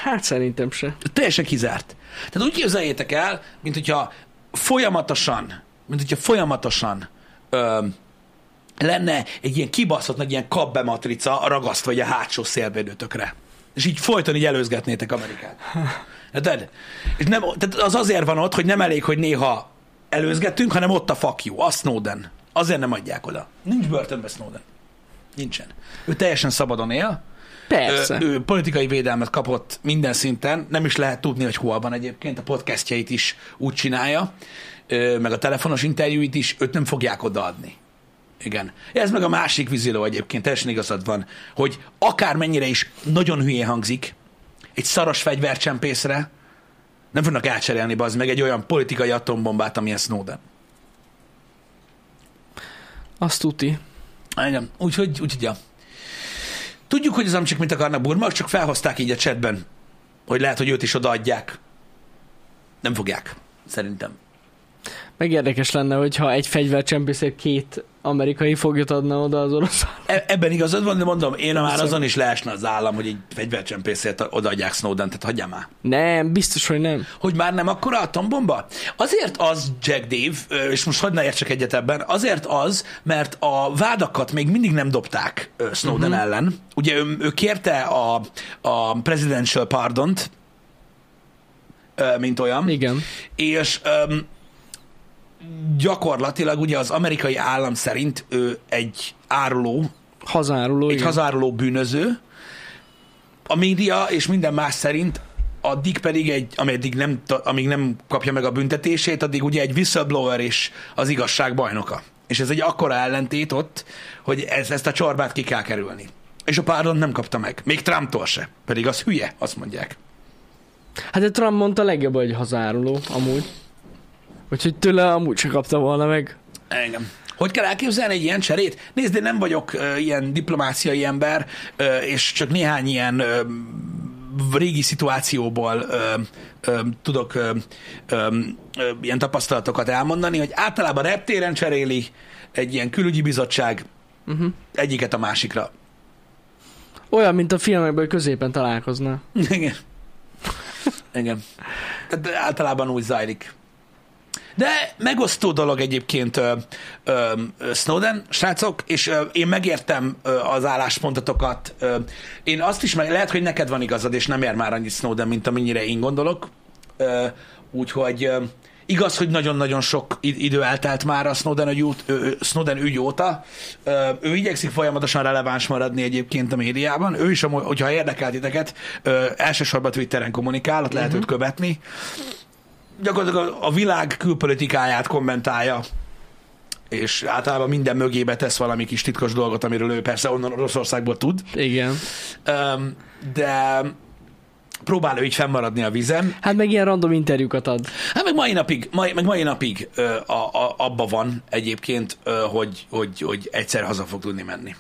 Hát szerintem se. Teljesen kizárt. Tehát úgy képzeljétek el, mint hogyha folyamatosan, mint hogyha folyamatosan ö, lenne egy ilyen kibaszott nagy ilyen kabbematrica ragasztva vagy a hátsó szélvédőtökre. És így folyton így előzgetnétek Amerikát. Érted? És nem, tehát az azért van ott, hogy nem elég, hogy néha előzgetünk, hanem ott a fuck you, a Snowden. Azért nem adják oda. Nincs börtönbe Snowden. Nincsen. Ő teljesen szabadon él, Persze. ő, ő politikai védelmet kapott minden szinten, nem is lehet tudni, hogy hol van egyébként, a podcastjait is úgy csinálja, ö, meg a telefonos interjúit is, őt nem fogják odaadni. Igen. Ez meg a másik viziló egyébként, teljesen igazad van, hogy akármennyire is nagyon hülyén hangzik, egy szaros fegyvercsempészre nem fognak elcserélni, bazd meg, egy olyan politikai atombombát, amilyen Snowden. Azt tuti. Igen, úgyhogy, úgyhogy ja. Tudjuk, hogy az amcsik mit akarnak burmak, csak felhozták így a chatben, hogy lehet, hogy őt is odaadják. Nem fogják, szerintem. Meg érdekes lenne, hogyha egy fegyvercsempészért két amerikai foglyot adna oda az orosz. E- ebben igazad van, de mondom, én már Viszont- azon is leesne az állam, hogy egy fegyvercsempészért odaadják Snowden, tehát hagyjál már. Nem, biztos, hogy nem. Hogy már nem akkora atombomba? Azért az Jack Dave, ö, és most hagyd ne értsek egyet ebben, azért az, mert a vádakat még mindig nem dobták ö, Snowden uh-huh. ellen. Ugye ő, ő kérte a, a presidential pardont, ö, mint olyan, Igen. és öm, gyakorlatilag ugye az amerikai állam szerint ő egy áruló, Hazáruló, egy igen. hazáruló bűnöző. A média és minden más szerint addig pedig egy, ameddig nem, ta- amíg nem kapja meg a büntetését, addig ugye egy whistleblower is az igazság bajnoka. És ez egy akkora ellentét ott, hogy ez, ezt a csorbát ki kell kerülni. És a párdon nem kapta meg. Még Trumptól se. Pedig az hülye, azt mondják. Hát de Trump mondta legjobb, hogy hazáruló, amúgy. Úgyhogy tőle amúgy se kapta volna meg. Engem. Hogy kell elképzelni egy ilyen cserét? Nézd, én nem vagyok ö, ilyen diplomáciai ember, ö, és csak néhány ilyen ö, régi szituációból ö, ö, tudok ö, ö, ö, ilyen tapasztalatokat elmondani, hogy általában reptéren cseréli egy ilyen külügyi bizottság Uh-huh. egyiket a másikra. *laughs* Olyan, mint a filmekben hogy középen találkozna. Igen. Igen. Tehát általában úgy zajlik. De megosztó dolog egyébként ö, ö, ö, Snowden, srácok, és ö, én megértem ö, az álláspontotokat. Ö, én azt is meg, lehet, hogy neked van igazad, és nem ér már annyit Snowden, mint amennyire én gondolok. Ö, úgyhogy ö, igaz, hogy nagyon-nagyon sok id- idő eltelt már a Snowden, ügy, út- ö, ö, Snowden ügy óta. Ö, ő igyekszik folyamatosan releváns maradni egyébként a médiában. Ő is, amúgy, hogyha érdekel titeket, ö, elsősorban Twitteren kommunikál, ott lehet őt követni gyakorlatilag a, a világ külpolitikáját kommentálja, és általában minden mögébe tesz valami kis titkos dolgot, amiről ő persze onnan Oroszországból tud, Igen. Öm, de próbál ő így fennmaradni a vizem. Hát meg ilyen random interjúkat ad. Hát meg mai napig, mai, meg mai napig ö, a, a, abba van egyébként, ö, hogy, hogy, hogy egyszer haza fog tudni menni.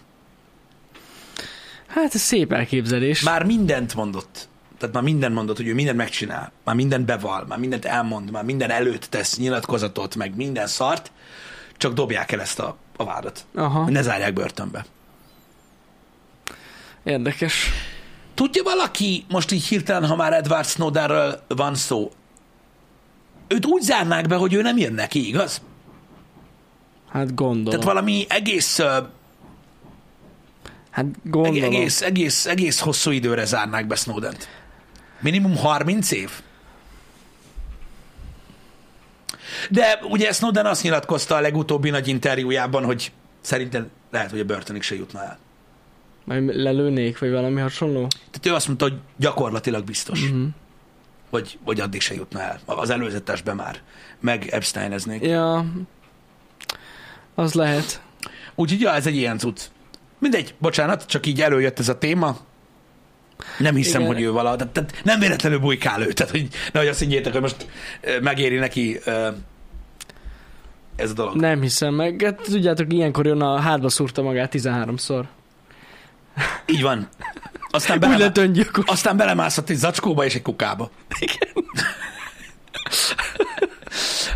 Hát ez szép elképzelés. Már mindent mondott. Tehát már mindent mondott, hogy ő mindent megcsinál, már mindent beval, már mindent elmond, már minden előtt tesz nyilatkozatot, meg minden szart, csak dobják el ezt a, a vádat. Aha, hogy ne zárják börtönbe. érdekes. Tudja valaki, most így hirtelen, ha már Edward Snowdenről van szó, őt úgy zárnák be, hogy ő nem jön neki, igaz? Hát Tehát gondolom. valami egész, ö, Hát eg- gondolom. egész, egész, egész hosszú időre zárnák be Snowdent. Minimum 30 év. De ugye Snowden azt nyilatkozta a legutóbbi nagy interjújában, hogy szerintem lehet, hogy a börtönig se jutna el. Majd lelőnék, vagy valami hasonló? Tehát ő azt mondta, hogy gyakorlatilag biztos. Mhm. vagy, vagy addig se jutna el. Az előzetesbe már meg Epsteineznék. Ja, az lehet. Úgyhogy ja, ez egy ilyen cucc. Mindegy, bocsánat, csak így előjött ez a téma. Nem hiszem, Igen. Igen. hogy ő valahogy, tehát, tehát nem véletlenül bujkál ő, tehát hogy nehogy azt higgyétek, hogy most ö, megéri neki ö, ez a dolog. Nem hiszem meg. Hát, tudjátok, ilyenkor jön a hátba szúrta magát 13-szor. Így van. Aztán, Úgy belem, lett öngyilkos. aztán belemászott egy zacskóba és egy kukába. Igen.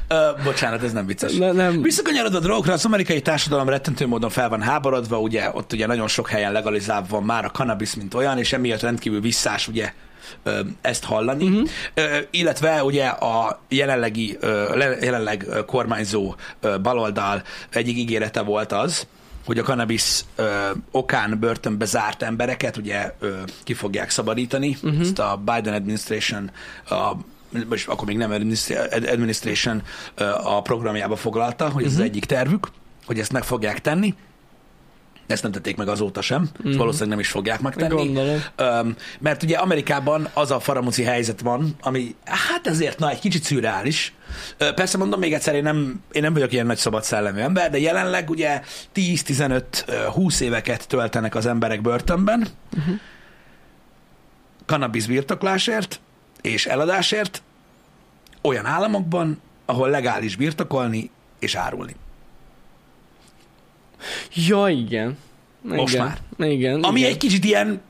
Ö, bocsánat, ez nem vicces. Ne, nem. Visszakanyarod a drogokra, az amerikai társadalom rettentő módon fel van háborodva, ugye ott ugye nagyon sok helyen legalizálva van már a cannabis, mint olyan, és emiatt rendkívül visszás ugye ö, ezt hallani. Mhm. Uh-huh. Ö, illetve ugye a jelenlegi, ö, le- jelenleg ö, kormányzó ö, baloldal egyik ígérete volt az, hogy a cannabis ö, okán börtönbe zárt embereket ugye ö, ki fogják szabadítani. Uh-huh. Ezt a Biden administration a most akkor még nem adminisztr- ad- administration ö, a programjába foglalta, hogy ez az egyik tervük, hogy ezt meg fogják tenni. Ezt nem tették meg azóta sem, uh-huh. valószínűleg nem is fogják megtenni. Mhm. Gondolom. Öm, mert ugye Amerikában az a faramuci helyzet van, ami hát ezért na, egy kicsit szürreális. Ö, Persze mondom még egyszer, én nem, én nem vagyok ilyen nagy szabad szellemű ember, de jelenleg ugye 10-15-20 éveket töltenek az emberek börtönben, Mhm. kannabisz birtoklásért és eladásért olyan államokban, ahol legális birtokolni és árulni. Ja, igen. igen. Most már. Igen. Ami igen. egy kicsit ilyen,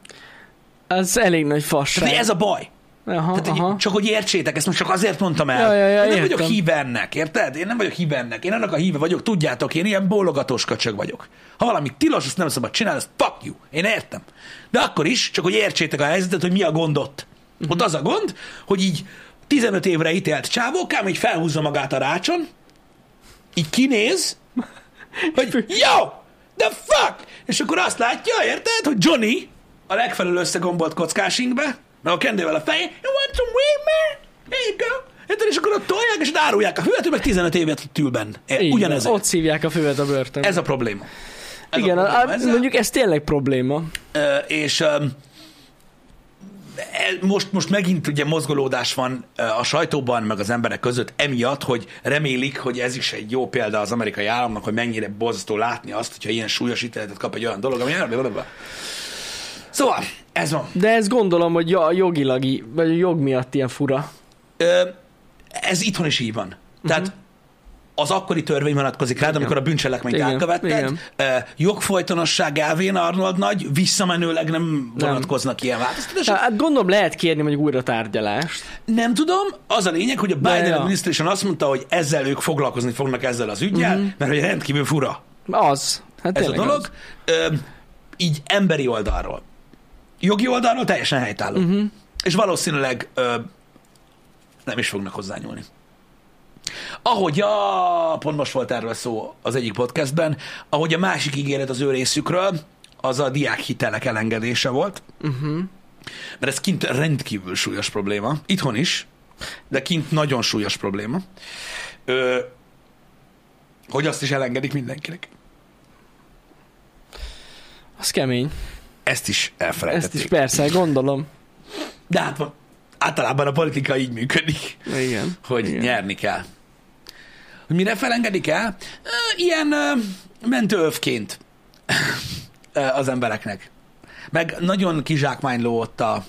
Az elég nagy tehát fasság. ez a baj. Aha, Tehát, aha. hogy csak hogy értsétek, ezt most csak azért mondtam el. Ja, ja, ja, én nem értem. vagyok hívennek, érted? Én nem vagyok hívennek. Én annak a híve vagyok, tudjátok, én ilyen bólogatós köcsög vagyok. Ha valami tilos, azt nem szabad csinálni, azt fuck you. Én értem. De akkor is, csak hogy értsétek a helyzetet, hogy mi a gond ott. Mhm. Ott az a gond, hogy így 15 évre ítélt csávókám, így felhúzza magát a rácson, így kinéz, hogy jó, the fuck! És akkor azt látja, érted, hogy Johnny a legfelül összegombolt kockásinkbe, meg a kendővel a fején, you want some weed, man? Here you go. Érted, és akkor ott tolják, és árulják a hüvet, ő meg 15 évet itt ül benne. Így van, Ugyanez. Ott szívják a füvet a börtön. Ez a probléma. Ez igen, a a, probléma a, ezzel. mondjuk ez tényleg probléma. Ö, és öm, e- most, most megint ugye mozgolódás van ö, a sajtóban, meg az emberek között, emiatt, hogy remélik, hogy ez is egy jó példa az amerikai államnak, hogy mennyire borzasztó látni azt, hogyha ilyen súlyos ítéletet kap egy olyan dolog, ami Szóval, ez van. De ez gondolom, hogy ja, jogilag, í- vagy a jog miatt ilyen fura. Ö, ez itthon is így van. Tehát az akkori törvény vonatkozik rád, amikor a bűncselekményt Mhm. Igen, elkövetted. igen. Ö, Jogfolytonosság elvén Arnold nagy, visszamenőleg nem vonatkoznak ilyen változtatások. Hát gondolom lehet kérni mondjuk újra tárgyalást. Nem tudom, az a lényeg, hogy a De Biden ja. administration azt mondta, hogy ezzel ők foglalkozni fognak ezzel az ügyel, mm-hmm. mert hogy rendkívül fura Az. Hát ez a Mhm. tényleg dolog. Az. Ö, így emberi oldalról. Jogi oldalról teljesen helytálló. Mhm. Mm-hmm. És valószínűleg ö, nem is fognak hozzányúlni. Ahogy a, pont most volt erről szó az egyik podcastben, ahogy a másik ígéret az ő részükről, az a diákhitelek elengedése volt, Uh-huh. mert ez kint rendkívül súlyos probléma, itthon is, de kint nagyon súlyos probléma, ö, hogy azt is elengedik mindenkinek. Az kemény. Ezt is Ezt elfelejtették. is persze, gondolom. De hát van- általában a politika így működik, Igen. hogy Igen. Igen. nyerni kell. Hogy mire felengedik el? Ö, Ilyen ö, mentőövként Ö, az embereknek. Meg nagyon kizsákmányló ott a,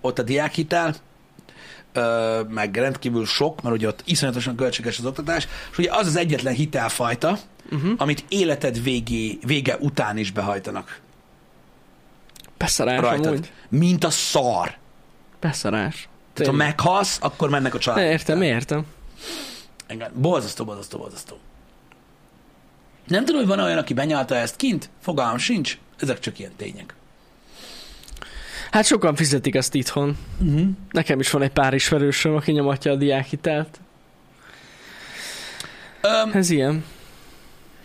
ott a diákhitel, ö, meg rendkívül sok, mert ugye ott iszonyatosan költséges az oktatás, és ugye az az egyetlen hitelfajta, Uh-huh. amit életed végé, vége után is behajtanak Beszarás Rajtad. rajtad. amúgy. Mint a szar. Beszarás. Tehát, ha Tényleg. meghalsz, akkor mennek a család. Ne, Értem, értem. Engem. Borzasztó, borzasztó, borzasztó. Nem tudom, hogy van olyan, aki benyalta ezt kint? Fogalmam sincs. Ezek csak ilyen tények. Hát sokan fizetik azt itthon. Uh-huh. Nekem is van egy pár ismerősöm, aki nyomatja a diákhitelt. Öm, Ez ilyen.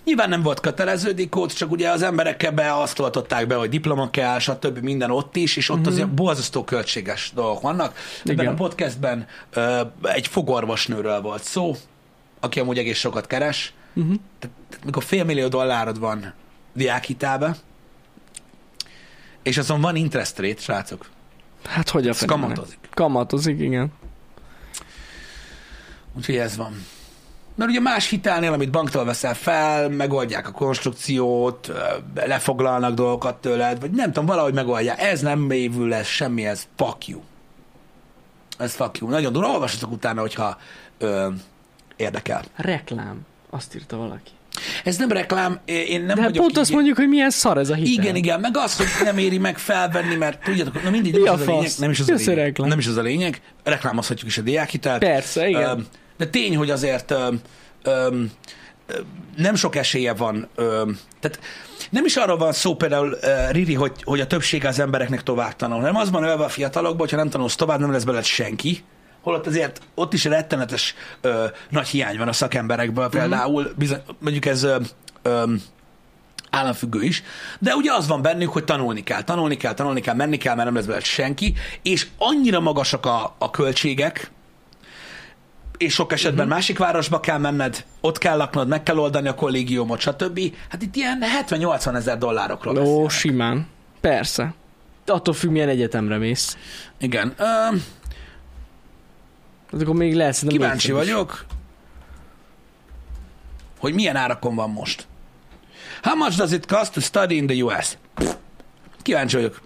nyilván nem volt kötelező dikót, csak ugye az emberek ebbe azt oltották be, hogy diploma kell, stb. minden ott is, és ott uh-huh. azért borzasztó költséges dolgok vannak. Ebben Igen. a podcastben ö, egy fogorvosnőről volt szó, aki amúgy egész sokat keres. Uh-huh. Tehát, mikor fél millió dollárod van diákhitelbe, és azon van interest rate, srácok. Hát hogy a Ez fenyenek? kamatozik. Kamatozik, igen. Úgyhogy ez van. Mert ugye más hitelnél, amit banktól veszel fel, megoldják a konstrukciót, ö, lefoglalnak dolgokat tőled, vagy nem tudom, valahogy megoldják. Ez nem évül lesz semmi, ez fuck you. Ez fuck you. Nagyon durva, olvassatok utána, hogyha ö, érdekel. Reklám. Azt írta valaki. Ez nem reklám, é- én nem De hát vagyok pont azt így- mondjuk, hogy milyen szar ez a hitel. Igen, igen, meg az, hogy nem éri meg felvenni, mert tudjátok, na mindig nem Mi is a az a lényeg. fasz? Nem is az a Köszi, lényeg. reklám. Nem is az a lényeg. Reklámozhatjuk is a diákhitelt. Persze, igen. Öm, De tény, hogy azért öm, öm, öm, nem sok esélye van. öm, Tehát nem is arról van szó például, ö, Riri, hogy, hogy a többsége az embereknek tovább tanul, hanem az van ölve a fiatalokba, hogyha nem tanulsz tovább, nem lesz belőled senki. Holott azért ott is rettenetes ö, nagy hiány van a szakemberekből, Mhm. például bizony, mondjuk ez ö, ö, államfüggő is, de ugye az van bennük, hogy tanulni kell, tanulni kell, tanulni kell, menni kell, mert nem lesz belőle senki, és annyira magasak a, a költségek, és sok esetben uh-huh. másik városba kell menned, ott kell laknod, meg kell oldani a kollégiumot, stb. Hát itt ilyen 70-80 ezer dollárokról Ó, beszélek. simán. Persze. Attól függ, milyen egyetemre mész. Igen. Ö, Hát akkor még lehet, szerintem kíváncsi négyszer is. vagyok, hogy milyen árakon van most. How much does it cost to study in the US? Kíváncsi vagyok.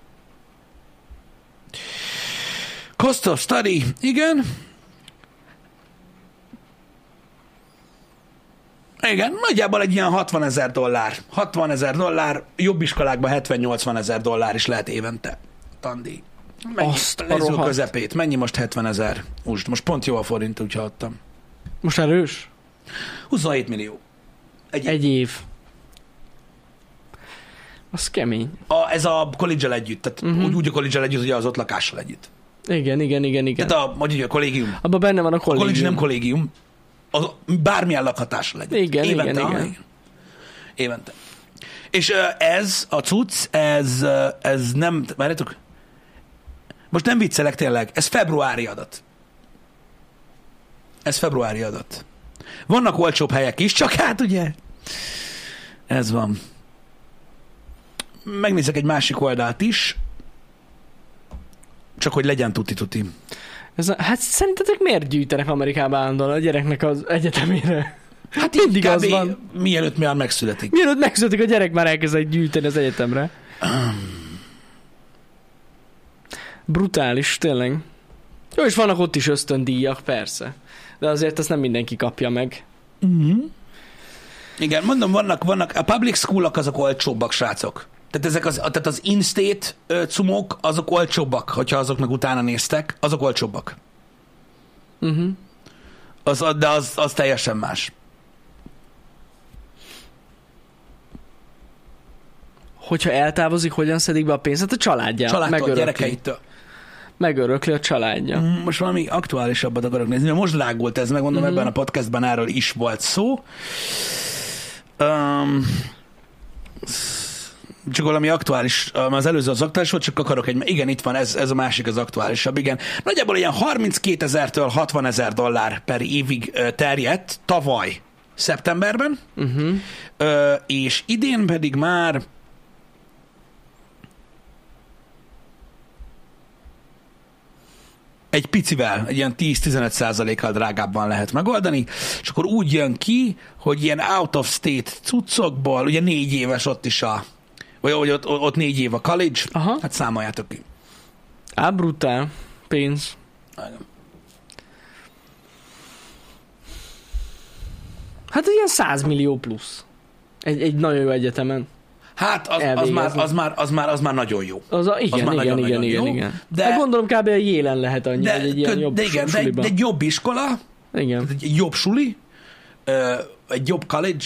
Cost of study, igen. Igen, nagyjából egy ilyen 60 ezer dollár. 60 ezer dollár, jobb iskolákban 70-80 ezer dollár is lehet évente. Tandíj. Mennyi, Azt a Nézzük rohadt. közepét, mennyi most 70 ezer? Most, most pont jó a forint, úgy hallottam. Most erős? 27 millió. Egy, egy. Egy év. Az kemény. A, ez a college együtt, tehát Mhm. uh-huh. úgy, úgy a college együtt, hogy az ott lakással együtt. Igen, igen, igen, igen. Igen. Tehát a, hogy mondjuk a kollégium. A Abban benne van a college, kollégium. nem kollégium, az bármilyen lakhatással együtt. Igen, Évente, igen, ah, igen. Évente. És ö, ez, a cucc, ez, ö, ez nem, várjátok, most nem viccelek tényleg, ez februári adat. Ez februári adat. Vannak olcsóbb helyek is, csak hát ugye, ez van. Megnézek egy másik oldalt is, csak hogy legyen tuti-tuti. Ez a, hát szerintetek miért gyűjtenek Amerikába állandóan a gyereknek az egyetemére? Hát *laughs* mindig az Kb. van. Mielőtt már megszületik. Mielőtt megszületik a gyerek, már elkezdett gyűjteni az egyetemre. Brutális, tényleg. Jó, és vannak ott is ösztöndíjak, persze. De azért ezt nem mindenki kapja meg. Mm-hmm. Igen, mondom, vannak, vannak, a public schoolok azok olcsóbbak, srácok. Tehát, ezek az, tehát az in-state ö, cumok, azok olcsóbbak, hogyha azoknak utána néztek, azok olcsóbbak. Uh-huh. Az, de az, az teljesen más. Hogyha eltávozik, hogyan szedik be a pénzt? Hát a családja. Családtól, megörökli. gyerekeitől. megörökli a családja. Mm, Most valami aktuálisabbat akarok nézni, mert most lágult ez, megmondom, Mhm. ebben a podcastban erről is volt szó. Um, csak valami aktuális, öm, az előző az aktuális volt, csak akarok egy, igen, itt van, ez, ez a másik az aktuálisabb, igen. Nagyjából ilyen 32 ezertől 60 ezer dollár per évig ö, terjedt tavaly szeptemberben, Mhm. Uh-huh. Ö, és idén pedig már egy picivel, egy ilyen 10-15 százalékkal drágábban lehet megoldani, és akkor úgy jön ki, hogy ilyen out of state cuccokból, ugye négy éves ott is a, vagy hogy ott, ott négy év a college, Aha. hát számoljátok ki. Á, brutál. Pénz. Hát ilyen 100 millió plusz. Egy, egy nagyon jó egyetemen. Hát az, az, Elvégezni. már, az, már, az, már, az már nagyon jó. Az a, igen, már igen, igen, nagyon-nagyon igen, igen, jó, igen. de- De hát gondolom kb. a jélen lehet annyi, De, hogy egy ilyen de, jobb de igen, de, egy- suliban. de egy jobb iskola, Igen. Tehát egy jobb suli, ö, egy jobb college,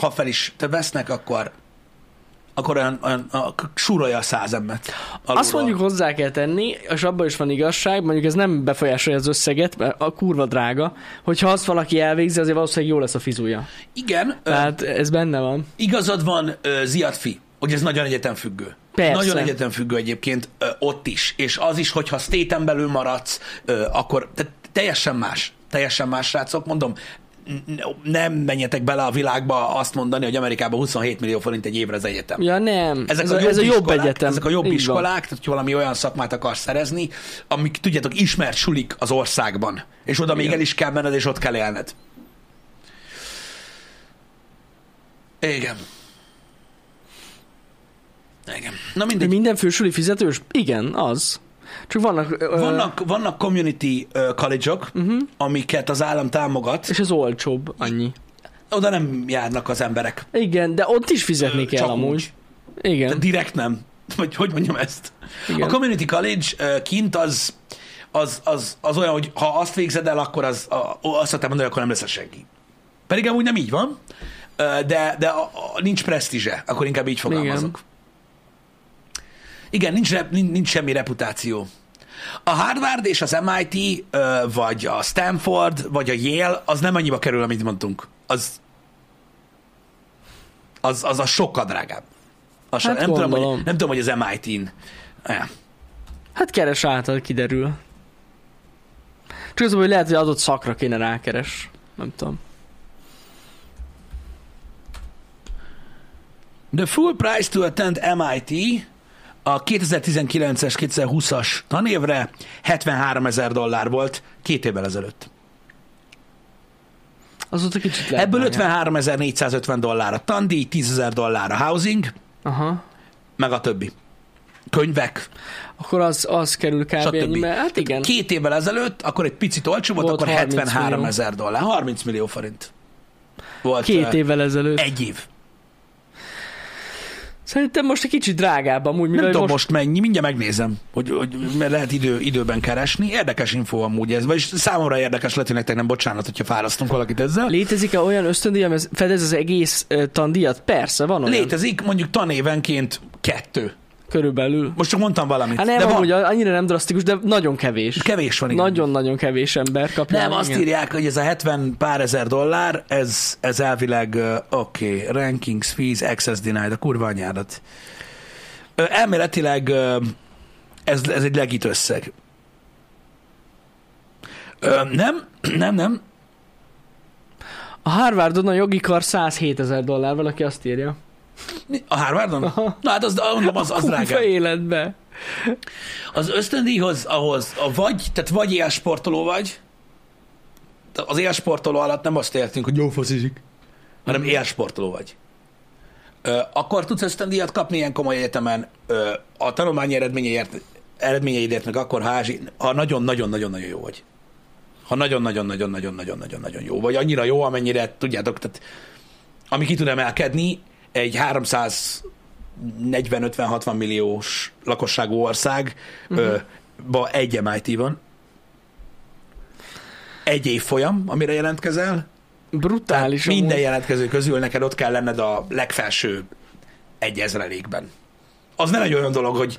ha fel is te vesznek, akkor akkor olyan, olyan a, súrolja a száz embert. alulról. Azt mondjuk hozzá kell tenni, és abban is van igazság, mondjuk ez nem befolyásolja az összeget, mert a kurva drága, hogyha azt valaki elvégzi, azért valószínűleg jó lesz a fizúja. Igen, ö, Tehát ez benne van. igazad van ö, Ziadfi, hogy ez nagyon egyetemfüggő. Persze. Nagyon egyetemfüggő egyébként ö, ott is. És az is, hogyha stéten belül maradsz, ö, akkor tehát teljesen más. Teljesen más, srácok, mondom, n- n- nem menjetek bele a világba azt mondani, hogy Amerikában 27 millió forint egy évre az egyetem. Ja nem, Ezek ez, a, a, ez a jobb iskolák, egyetem. Ezek a jobb Így van. iskolák, tehát hogyha valami olyan szakmát akarsz szerezni, amik, tudjátok, ismert sulik az országban, és oda még Igen. el is kell menned, és ott kell élned. Igen. Igen. Na De mindegy. minden fősüli fizetős? Igen, az. Csak vannak... ö, Mhm. Vannak, vannak community ö, college-ok, uh-huh. amiket az állam támogat, És ez olcsóbb annyi. oda nem járnak az emberek. Igen, de ott is fizetni Ö, kell csak amúgy. úgy. Igen. Tehát direkt nem. Vagy hogy mondjam ezt? Igen. Igen. A Community College ö, kint az, az, az, az olyan, hogy ha azt végzed el, akkor az, a, azt szokták mondani, hogy akkor nem leszel senki. Pedig amúgy nem így van, ö, de, de a, a, nincs presztízse, akkor inkább így fogalmazok. Igen, Igen nincs, rep, nincs, nincs semmi reputáció. A Harvard és az MIT, ö, vagy a Stanford, vagy a Yale, az nem annyiba kerül, amit mondtunk. Az az, az a sokkal drágább. Az Hát hát nem, tudom, hogy, gondolom. nem tudom, hogy az MIT-n. Ja. Hát keres által kiderül. Csak az, hogy lehet, hogy adott szakra kéne rákeres. Nem tudom. The full price to attend MIT a 2019-es, 2020-as tanévre 73 ezer dollár volt két évvel ezelőtt. Azóta kicsit lehet. Ebből drágább. 53 450 dollár a tandíj, 10 ezer dollár a housing, Aha. meg a többi. Könyvek, Akkor az, az kerül kb. stb. ennyibe. Hát igen. Két évvel ezelőtt, akkor egy picit olcsóbb volt, Volt akkor 30 73 millió. ezer dollár, 30 millió forint. Volt Két ö, évvel ezelőtt. Egy év. Szerintem most egy kicsit drágább amúgy, mivel nem tudom most... most mennyi, mindjárt megnézem, hogy, hogy mert lehet idő, időben keresni. Érdekes info amúgy ez, vagyis számomra érdekes lett, hogy nektek nem bocsánat, hogyha fárasztunk valakit ezzel. Létezik-e olyan ösztöndíj, ami fedez az egész ö, tandíjat? Persze, van olyan. Létezik mondjuk tanévenként kettő. Körülbelül. Most csak mondtam valamit. Hát nem, de de van, amúgy annyira nem drasztikus, de nagyon kevés. kevés van. igen. Nagyon-nagyon kevés ember kapja. Nem, meg, azt igen. írják, hogy ez a 70 pár ezer dollár, ez, ez elvileg, ö, oké, okay, rankings, fees, access denied, a kurva anyádat. Ö, Elméletileg ö, ez, ez egy legit összeg. Ö, Nem, nem, nem. A Harvardon a jogi kar 107 ezer dollár, valaki azt írja. Mi? A Harvardon? Aha. Na hát az, mondom, az, az drága. Kurva életbe. Az ösztöndíjhoz ahhoz, a vagy, tehát vagy élsportoló vagy, Tehát az élsportoló alatt nem azt értünk, hogy jó foszizik, hanem élsportoló vagy. Ö, akkor tudsz ösztöndíjat kapni ilyen komoly egyetemen ö, a tanulmányi eredményeiért, eredményeidért meg akkor, ha ázsi- ha nagyon-nagyon-nagyon-nagyon jó vagy. Ha nagyon-nagyon-nagyon-nagyon-nagyon-nagyon-nagyon jó vagy. Annyira jó, amennyire tudjátok, tehát ami ki tud emelkedni egy 300 40-50-60 milliós lakosságú ország, uh-huh. ba egy MIT van. Egy évfolyam, amire jelentkezel. Brutális. Minden amúgy. jelentkező közül neked ott kell lenned a legfelső egy ezrelékben. Az nem egy olyan dolog, hogy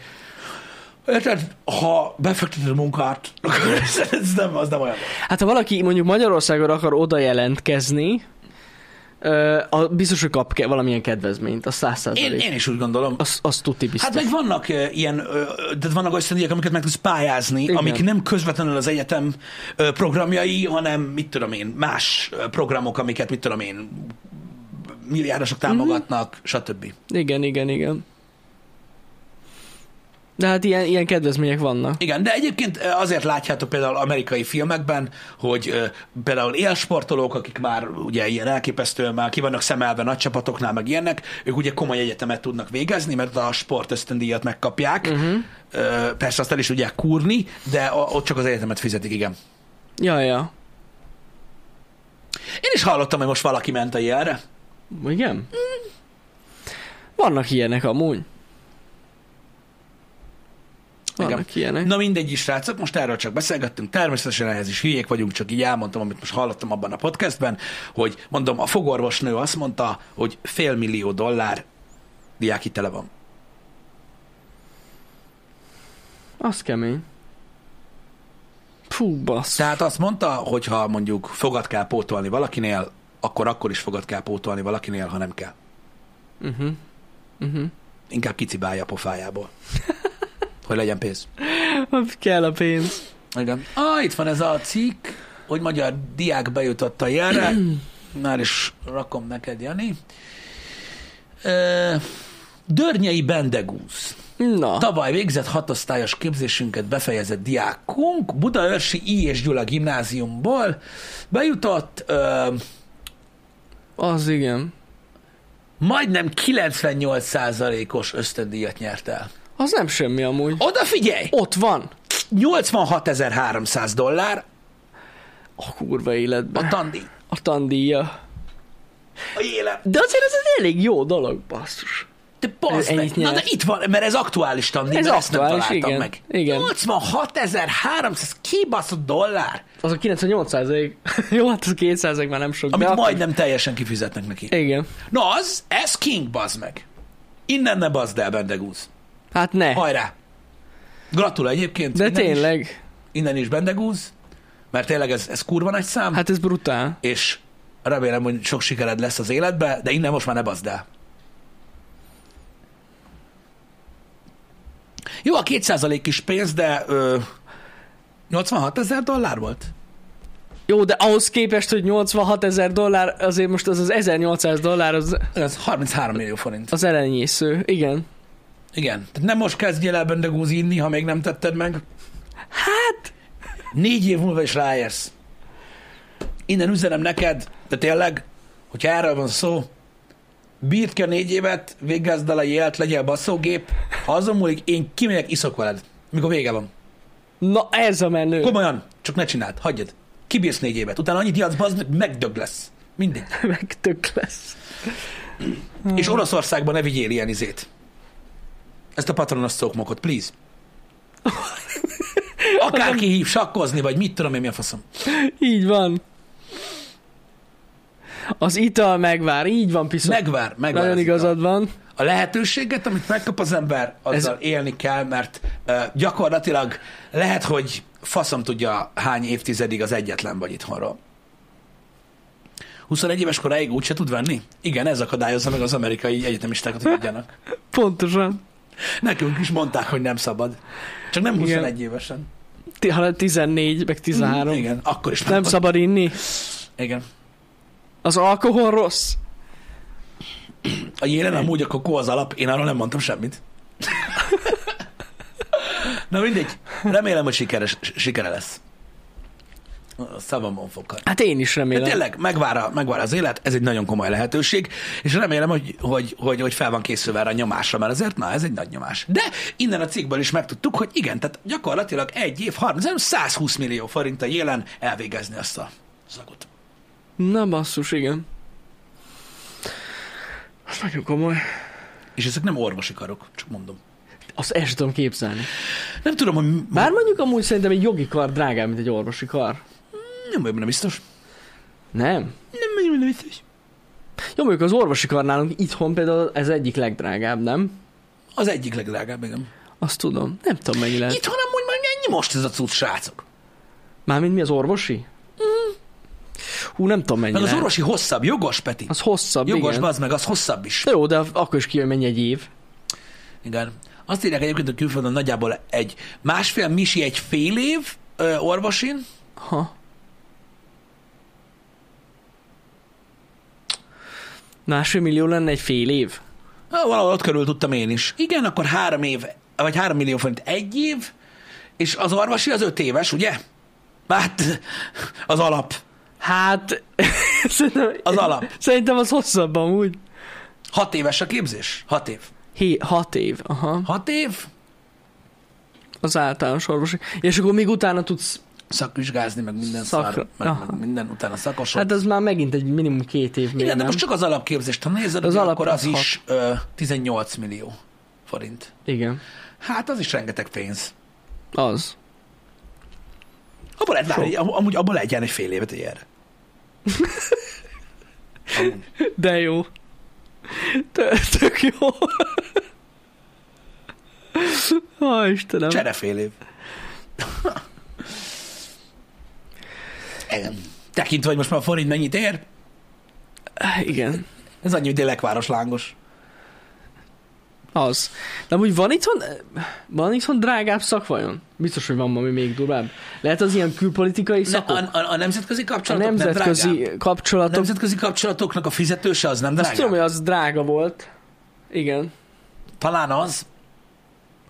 Érted? Ha befekteted a munkát, akkor ez, ez nem, az nem olyan. Hát ha valaki mondjuk Magyarországon akar oda jelentkezni, ö, a, biztos, hogy kap ke- valamilyen kedvezményt, a száz Én, százalék. én is úgy gondolom. Az, az tuti biztos. Hát meg vannak ö, ilyen, ö, de vannak olyan díjak, amiket meg tudsz pályázni, Igen. Igen. amik nem közvetlenül az egyetem ö, programjai, hanem mit tudom én, más ö, programok, amiket mit tudom én, milliárdosok támogatnak, mm-hmm. stb. Igen, igen, igen. De hát ilyen, ilyen kedvezmények vannak. Igen, de egyébként ö, azért látjátok például amerikai filmekben, hogy ö, például élsportolók, akik már ugye ilyen elképesztően már ki vannak szemelve nagy csapatoknál, meg ilyenek, ők ugye komoly egyetemet tudnak végezni, mert a sport ösztöndíjat megkapják. Uh-huh. Ö, Persze azt el is tudják kúrni, de a- ott csak az egyetemet fizetik, igen. Ja, ja. Én is hallottam, hogy most valaki ment a ilyenre. Igen? Vannak ilyenek amúgy. Vannak Igen. ilyenek. Na mindegy is, srácok, most erről csak beszélgettünk, természetesen ehhez is hülyék vagyunk, csak így elmondtam, amit most hallottam abban a podcastben, hogy mondom, a fogorvosnő azt mondta, hogy fél millió dollár diákhitele van. Az kemény. Fú, bassz. Tehát azt mondta, hogy ha mondjuk fogat kell pótolni valakinél, akkor akkor is fogat kell pótolni valakinél, ha nem kell. Uh-huh. Uh-huh. Inkább kicibálja a pofájából. Hogy legyen pénz. Hát Kell a pénz. Igen. Ah, itt van ez a cikk, hogy magyar diák bejutott a jelre. *clears throat* Már is rakom neked, Jani. Ö, Dörnyei Bendegúz. Na, Tavaly végzett hatosztályos képzésünket befejezett diákunk Budaörsi I. és Gyula gimnáziumból bejutott ö, az igen. majdnem 98%-os ösztöndíjat nyert el. Az nem semmi amúgy. Oda figyelj! Ott van. 86.300 dollár A kurva életben. a tandíj. A tandíja. A élet. De azért ez egy elég jó dolog, basszus. Te bazd Ez meg. ennyit Na nyert. de itt van, mert ez aktuális tandíj, Ez mert ezt nem aktuális, találtam igen. meg. Igen. 86.300 kibaszott dollár, Az a 98 százalék. *laughs* Jó, hát az 2 százalék már nem sok. amit de akkor- majdnem teljesen kifizetnek neki. Igen. Na az, ez king, bazd meg. Innen ne bazd el, Bendegúz. Hát ne. Hajrá! Gratul egyébként. De innen Is, tényleg. innen is Bendegúz, mert tényleg ez, ez kurva nagy szám, hát... Hát ez brutál. és remélem, hogy sok sikered lesz az életbe, de innen most már ne bazd el. Jó, a 2% kis pénz, de ö, 86 ezer dollár volt? Jó, de ahhoz képest, hogy 86 ezer dollár, azért most az az 1800 dollár az, Ez 33 millió forint. az elenyésző. Igen. Igen. Tehát nem most kezdjél el bendegúz inni, ha még nem tetted meg. Hát! Négy év múlva is ráérsz. Innen üzenem neked, de tényleg, hogyha erről van szó, bírd ki a négy évet, végezd el a jelt, legyél basszógép, ha azon múlik, én kimegyek, iszok veled, mikor vége van. Na ez a menő. Komolyan, csak ne csináld, hagyjad. Kibírsz négy évet, utána annyit játsz, bazd, meg, megdög lesz. Mindegy. *laughs* Meg tök lesz. És Oroszországban ne vigyél ilyen izét. Ezt a patronos szókmokot, *laughs* please. Akárki hív sakkozni, vagy mit tudom én, mi a faszom. Így van. Az ital megvár, így van, piszok. Megvár, megvár. Szóval Nagyon az igazad van. ital. A lehetőséget, amit megkap az ember, azzal Ez... élni kell, mert uh, gyakorlatilag lehet, hogy faszom tudja hány évtizedig az egyetlen vagy itthonról. 21 éves koráig úgyse tud venni? Igen, ez akadályozza meg az amerikai egyetemistákat, hogy adjanak. Pontosan. Nekünk is mondták, hogy nem szabad. Csak nem 21 évesen. Ti- Ha 14, meg 13. Mm, Mhm. Igen, akkor is Nem szabad inni. Igen. Az alkohol rossz? A jelen amúgy a kokó az alap, én arról nem mondtam *laughs* semmit. Na mindegy, remélem, hogy sikeres, sikere lesz. A Szavamon fokkal. Hát én is De remélem. tényleg, megvár, a, megvár az élet, ez egy nagyon komoly lehetőség, és remélem, hogy, hogy, hogy, hogy fel van készülve erre a nyomásra, mert azért, na, ez egy nagy nyomás. De innen a cikkből is megtudtuk, hogy igen, tehát gyakorlatilag egy év, 30, nem, 120 millió forint a jelen elvégezni azt a szakot. Na basszus, igen. Az nagyon komoly. És ezek nem orvosi karok, csak mondom. Azt el sem tudom képzelni. Nem tudom, hogy Bár mondjuk amúgy szerintem egy jogi kar drágább, mint egy orvosi kar. nem vagyok benne biztos. Nem? Nem vagyok benne biztos. Jó, mondjuk az orvosi kar nálunk itthon például ez egyik legdrágább, nem? Az egyik legdrágább, igen. Azt tudom. Nem tudom, mennyi lehet. Itthon amúgy már ennyi most ez a cucc, srácok. Mármint mi az orvosi? Mhm. Hú, nem tudom, mennyi Meg az lehet. orvosi hosszabb, jogos, Peti. Az hosszabb, jogos, igen. bazd meg, az hosszabb is. De jó, de akkor is kijön mennyi egy év. Igen. Azt írják egyébként, hogy külföldön nagyjából egy másfél misi egy fél év ö, orvosin, Ha. Másfél millió lenne egy fél év? Ö, valahol ott körül tudtam én is. Igen, akkor három év, vagy három millió forint egy év, és az orvosi az öt éves, ugye? Hát az alap. Hát, *laughs* szerintem, Az alap. Szerintem az hosszabb amúgy. Hat éves a képzés? Hat év. Hé, hat év, aha, Hat év? az általános orvosi. És akkor még utána tudsz, Szakvizsgázni, meg minden Szakra. szar, meg, Aha. meg, minden utána szakosod. hát az már megint egy minimum két év, miért Igen, de nem? most csak az alapképzést, ha nézed, Az az alap akkor az az, is ö, 18 millió forint. Igen, Hát az is rengeteg pénz. az. Abban lehet várni, am- amúgy abban lehet járni egy fél évet egy erre. Amúgy. De jó. Tö- Tök jó. Ha, Istenem. Csere fél év. Igen. *laughs* Tekintve, hogy most már a forint mennyit ér, Igen, ez annyi, hogy Délekváros lángos. az. De úgy van itthon, van itthon drágább szak vajon? Biztos, hogy van valami még durvább. Lehet az ilyen külpolitikai Ne, szakok? a, a, a nemzetközi a kapcsolatok nem drágák. nemzetközi A kapcsolatok. nemzetközi kapcsolatoknak a fizetőse az nem Azt drága. tudom, hogy az drága volt. Igen. Talán az,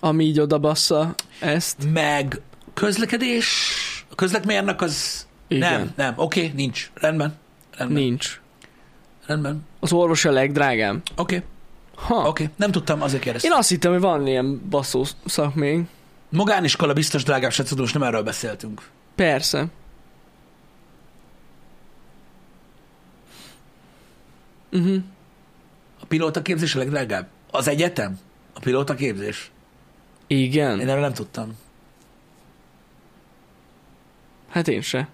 Ami így odabassza ezt. meg közlekedés, a közlekmérnök az... Igen. Nem, nem, oké, nincs. Rendben. Rendben. Nincs. Rendben. Az orvos a legdrágább. Oké, Ha. oké. Nem tudtam, azért kérdeztem. Én azt hittem, hogy van ilyen basszó szak még. Magániskola biztos drágább, se tudom, és nem erről beszéltünk. Persze. Uh-huh. A pilóta képzés a legdrágább. Az egyetem? A pilóta képzés. Én Igen. erről nem tudtam. Hát én se.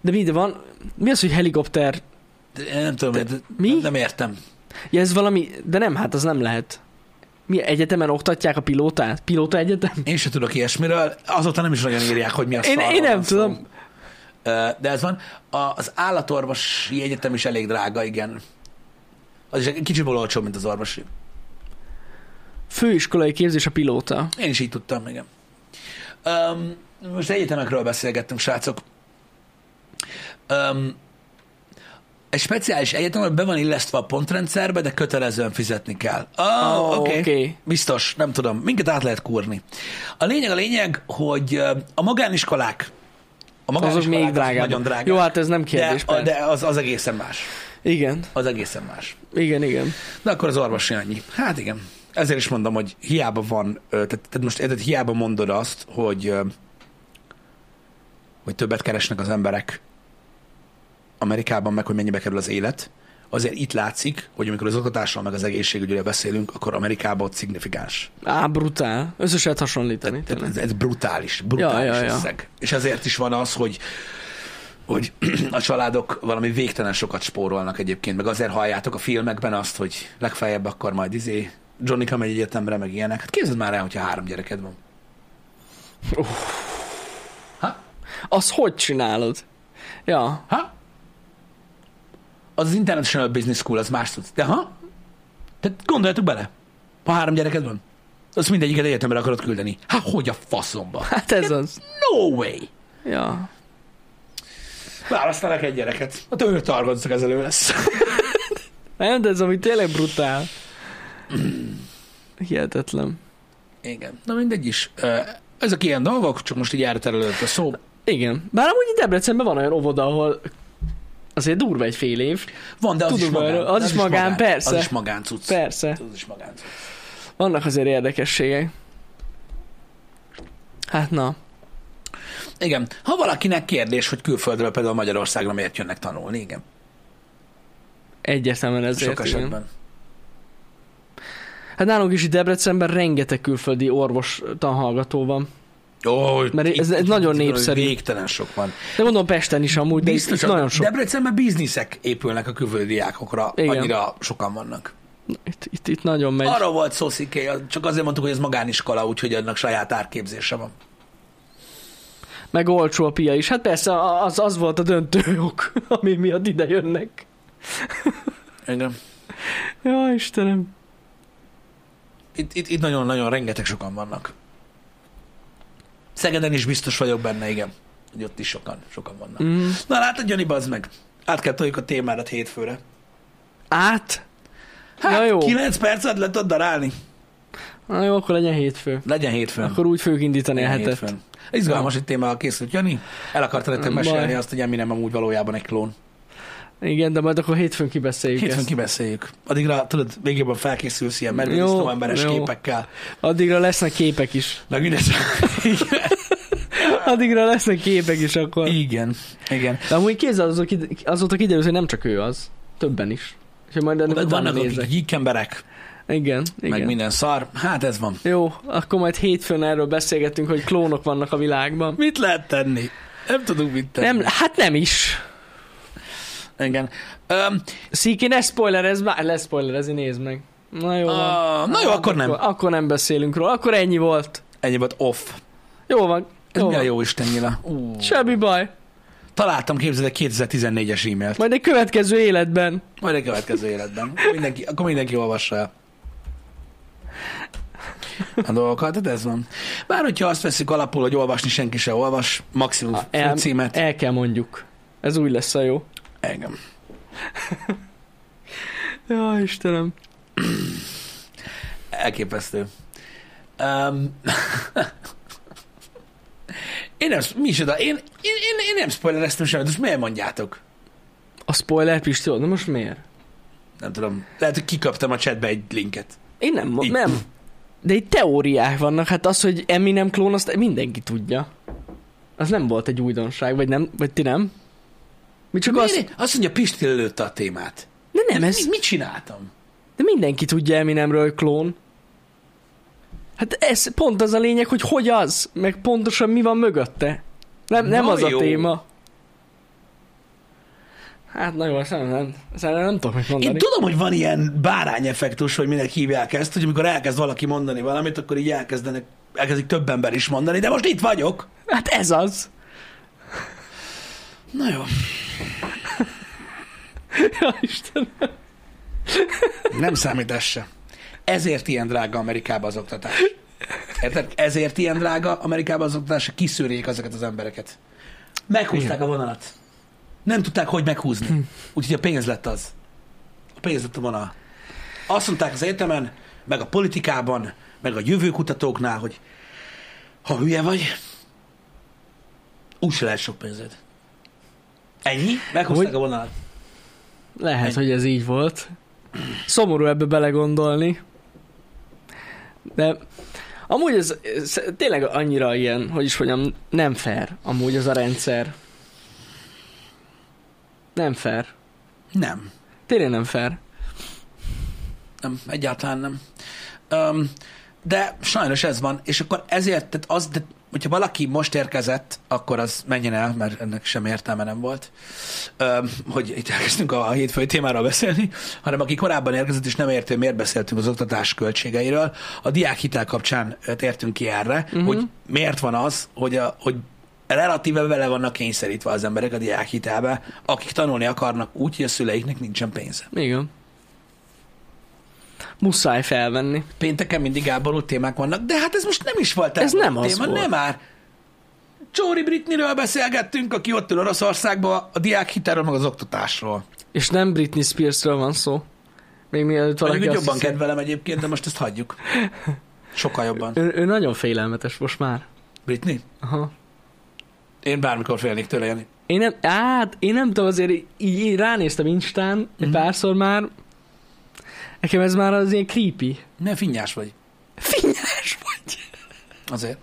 De mi, de van... Mi az, hogy helikopter? De Én nem tudom, de, mi? Nem, nem értem. Ja, ez valami... De nem, hát az nem lehet. Mi egyetemen oktatják a pilótát? Pilóta egyetem? Én se tudok ilyesmiről. Azóta nem is nagyon írják, hogy mi a Én, szarról én nem van szó. tudom. Ö, De ez van. A- Az állatorvosi egyetem is elég drága, igen. Az is egy kicsit olcsóbb, mint az orvosi. Főiskolai képzés a pilóta. Én is így tudtam, igen. Um, most egyetemekről beszélgettünk, srácok. Um, egy speciális egyetem, ami be van illesztve a pontrendszerbe, de kötelezően fizetni kell. Oh, oh, oké. Okay. Okay. Ah, oké. Biztos, nem tudom. Minket át lehet kúrni. A lényeg a lényeg, hogy ö, a magániskolák a magániskolák Azok még azok drágább. nagyon drágák. Jó, hát ez nem de, kérdés. a, De, de az, az egészen más. Igen, Az egészen más. igen, igen. De akkor az orvosi annyi. Hát igen. Ezért is mondom, hogy hiába van, ö, tehát, tehát most tehát hiába mondod azt, hogy, ö, hogy többet keresnek az emberek Amerikában meg, hogy mennyibe kerül az élet, azért itt látszik, hogy amikor az oktatásról meg az egészségügyről beszélünk, akkor Amerikában ott szignifikáns. Á, brutál. Össze se lehet hasonlítani. Tehát tényleg. ez, ez brutális, brutális Ja, ja, ja. összeg. És ezért is van az, hogy hogy *clears throat* a családok valami végtelen sokat spórolnak egyébként, meg azért halljátok a filmekben azt, hogy legfeljebb akkor majd izé, Johnny megy egyetemre, meg ilyenek. Hát képzeld már el, hogyha három gyereked van. Azt hogy csinálod? Ja, Ha? Az, az International Business School, az más tudsz. De ha? Tehát gondoljátok bele, ha három gyereked van, azt mindegyiket egyetemre akarod küldeni. Hát hogy a faszomba? hát ez az. No way! Ja. Választanak egy gyereket. A tőle targoncok ez elő lesz. Nem, de ez ami tényleg brutál. Hihetetlen. Igen. Na mindegy is. Ö, Ezek ilyen dolgok, csak most így elterelődött a szó. Igen. Bár amúgy itt Debrecenben van olyan óvoda, ahol azért durva egy fél év. Van, de az Tudom is magán. erről. Az is magán, persze. Az is magán cucc. Persze. Az is magán cucc. Vannak azért érdekességek. Hát na. Igen. Ha valakinek kérdés, hogy külföldről például Magyarországra miért jönnek tanulni, igen. Egyértelműen ezért. Sok igen. esetben. Hát nálunk is itt Debrecenben rengeteg külföldi orvos tanhallgató van. Ó, Mert ez- ez nagyon valami népszerű. Végtelen sok van. De gondolom Pesten is amúgy, de itt, Biztos, itt nagyon sok. Debrecenben bizniszek épülnek a külföldi diákokra, Igen. annyira sokan vannak. Itt, itt, itt nagyon megy. Arra volt szó, Sziké, csak azért mondtuk, hogy ez magániskola, úgyhogy annak saját árképzése van. Meg olcsó a pia is. Hát persze, az, az volt a döntő ok, *laughs* ami miatt ide jönnek. Igen. Ja, Istenem. Itt, itt, itt nagyon-nagyon rengeteg sokan vannak. Szegeden is biztos vagyok benne, igen. Hogy ott is sokan, sokan vannak. Mm. Mm. Na látod, Jani, bazd meg. Át kell toljuk a témádat hétfőre. Át? Hát, Ja, jó. 9 percet le tudod darálni. Na jó, akkor legyen hétfő. Legyen hétfőn. Akkor úgy fogjuk indítani a Legyen hetet. Hm, hétfőn. Izgalmas egy témával készült, Jani. El akartam nektek Baj. mesélni azt, hogy Eminem amúgy valójában egy klón. Igen, de majd akkor hétfőn kibeszéljük Hétfőn ezt. kibeszéljük. Addigra, tudod, még jobban felkészülsz ilyen Jó, mervész novemberes jó. képekkel. Addigra lesznek képek is. Meg *laughs* mindez. Addigra lesznek képek is akkor. igen, igen. De amúgy kézzel azok ide- azóta kiderül, hogy nem csak ő az. Többen is. És majd ennek Vannak, utána vannak nézek. akik geek emberek, Igen, meg igen. minden szar. Hát ez van. Jó, akkor majd hétfőn erről beszélgetünk, hogy klónok vannak a világban. Mit lehet tenni? Nem tudunk mit tenni. Nem, hát nem is. Igen. Öm, Sziki, ne spoilerezz, már leszpoilerezni, nézd meg. Na jó van. a, Ah, na jó, akkor nem. Akkor, akkor nem beszélünk róla, akkor ennyi volt. Ennyi volt off. Jó van. Ez Jó mi a van. jó Isten nyila? Ú. Semmi baj. Találtam, képzeld, egy 2014-es e-mailt. Majd egy következő életben. Majd a következő életben. Mindenki, akkor mindenki olvassa el. A dolgokat, tehát ez van. Bár hogyha azt veszik alapul, hogy olvasni senki se olvas, maximum A- el- címet. El kell mondjuk. Ez úgy lesz a jó. Engem. Ja, Istenem. Elképesztő. Um, *laughs* én nem, mi is oda, én, én, én, én nem spoilereztem semmit, most miért mondjátok? A spoiler Pisti, na most miért? Nem tudom. Lehet, hogy kikaptam a chatbe egy linket. Én nem, mo- Itt. nem. De itt teóriák vannak, hát az, hogy Eminem klón, azt mindenki tudja. Az nem volt egy újdonság, vagy nem, vagy ti nem? Mi csak Azt, azt... azt mondja, Pisti lőtte a témát. De nem, ez... Mi, mit csináltam? De mindenki tudja Eminemről, hogy klón. Hát ez pont az a lényeg, hogy hogy az, meg pontosan mi van mögötte. Nem, nem Na az jó. a téma. Hát na jó, ezt nem, nem, ezt nem, nem tudok mit mondani. Én tudom, hogy van ilyen bárányeffektus, hogy minek hívják ezt, hogy amikor elkezd valaki mondani valamit, akkor így elkezdenek, elkezdik több ember is mondani, de most itt vagyok. Hát ez az. Na jó. Ja, Istenem. Nem számít ez se. Ezért ilyen drága Amerikában az oktatás. Érted? Ezért ilyen drága Amerikában az oktatás, hogy kiszűrjék ezeket az embereket. Meghúzták a vonalat. Nem tudták, hogy meghúzni. Úgyhogy a pénz lett az. A pénz lett a vonal. Azt mondták az egyetemen, meg a politikában, meg a jövőkutatóknál, hogy ha hülye vagy, úgyse lehet sok pénzed. Ennyi? Meghúzták Hogy- a vonalat. Lehet, Egy- hogy ez így volt. Szomorú ebbe belegondolni. De amúgy ez, ez tényleg annyira ilyen, hogy is mondjam, nem fair amúgy ez a rendszer. Nem fair. Nem. Tényleg nem fair. Nem, egyáltalán nem. Um, de sajnos ez van, és akkor ezért, tehát az, de, hogyha valaki most érkezett, akkor az menjen el, mert ennek sem értelme nem volt, um, hogy itt elkezdtünk a hétfői témáról beszélni, hanem aki korábban érkezett, és nem érti, hogy miért beszéltünk az oktatás költségeiről, a diákhitel kapcsán ö, tértünk ki erre, uh-huh. hogy miért van az, hogy, a, hogy relatíve vele vannak kényszerítve az emberek a diákhitelbe, akik tanulni akarnak úgy, hogy a szüleiknek nincsen pénze. Igen. Muszáj felvenni. pénteken mindig elborult témák vannak, de hát ez most nem is volt Ez elborult nem az téma, volt. nem már. Csóri Britniről beszélgettünk, aki ott ül Oroszországban a diák hitelről, meg az oktatásról. És nem Britney Spearsről van szó. Még mielőtt Valaki valaki Mondjuk, azt hogy jobban hiszi- kedvelem egyébként, de most ezt hagyjuk. Sokkal jobban. ő, ő nagyon félelmetes most már. Britney? Aha. Én bármikor félnék tőle, Jani. Én nem, hát én nem tudom, azért így, így ránéztem Instán mm-hmm. egy párszor már. Nekem ez már az ilyen creepy. Milyen finnyás vagy. Finnyás vagy! Azért.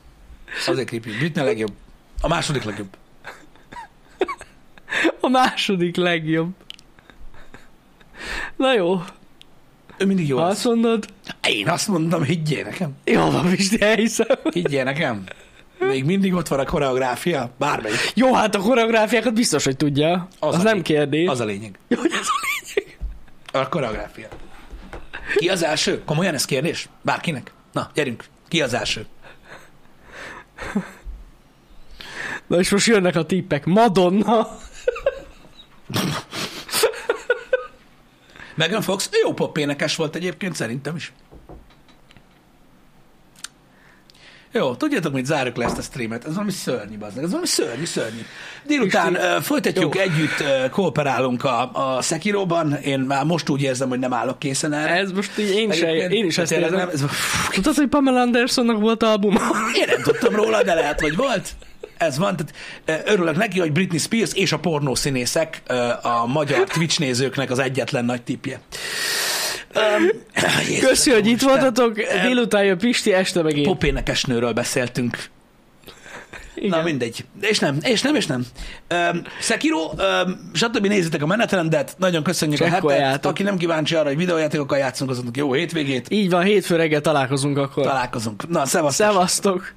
Azért creepy. Britney a legjobb. A második legjobb. A második legjobb. Na jó, Ő mindig jó. ha Az. azt mondod, Én azt mondom, higgyél nekem. jó van, Pisti, elhiszem. Higgyél nekem. még mindig ott van a koreográfia, bármelyik. Jó, hát a koreográfiákat biztos, hogy tudja. Az, Az az a nem lé- kérdés. Az a lényeg. Jó, hogy ez a lényeg. A koreográfia. Ki az első? Komolyan ez kérdés? Bárkinek? Na, gyerünk. Ki az első? Na és most jönnek a tippek. Madonna. Megan Fox jó popénekes volt egyébként, szerintem is. Jó, tudjátok, mit zárjuk le ezt a streamet? Ez valami szörnyű, bazdmeg. Ez valami szörnyű, szörnyű. Délután uh, folytatjuk, Jó. együtt uh, kooperálunk a, a Sekiroban. Én már most úgy érzem, hogy nem állok készen erre. Ez most így én, se, Egyébként én is ezt tényleg érzem. nem, ez, Tudod, hogy Pamela Andersonnak volt albuma? Én nem tudtam róla, de lehet, hogy volt. Ez van, tehát eh, örülök neki, hogy Britney Spears és a pornószínészek eh, a magyar Twitch nézőknek az egyetlen nagy tipje. Um, Köszi, hogy itt voltatok. Délután jön Pisti, este meg én. Popénekes nőről beszéltünk. Igen. Na Igen. mindegy. És nem, és nem, és nem. Um, Sekiro, um, stb. nézzétek a menetrendet, nagyon köszönjük a hetet. Csekkoljátok. Aki nem kíváncsi arra, hogy videójátékokkal játszunk, azoknak jó hétvégét. Így van, hétfő reggel találkozunk akkor. Találkozunk. Na, szevasztok! Szevasztok!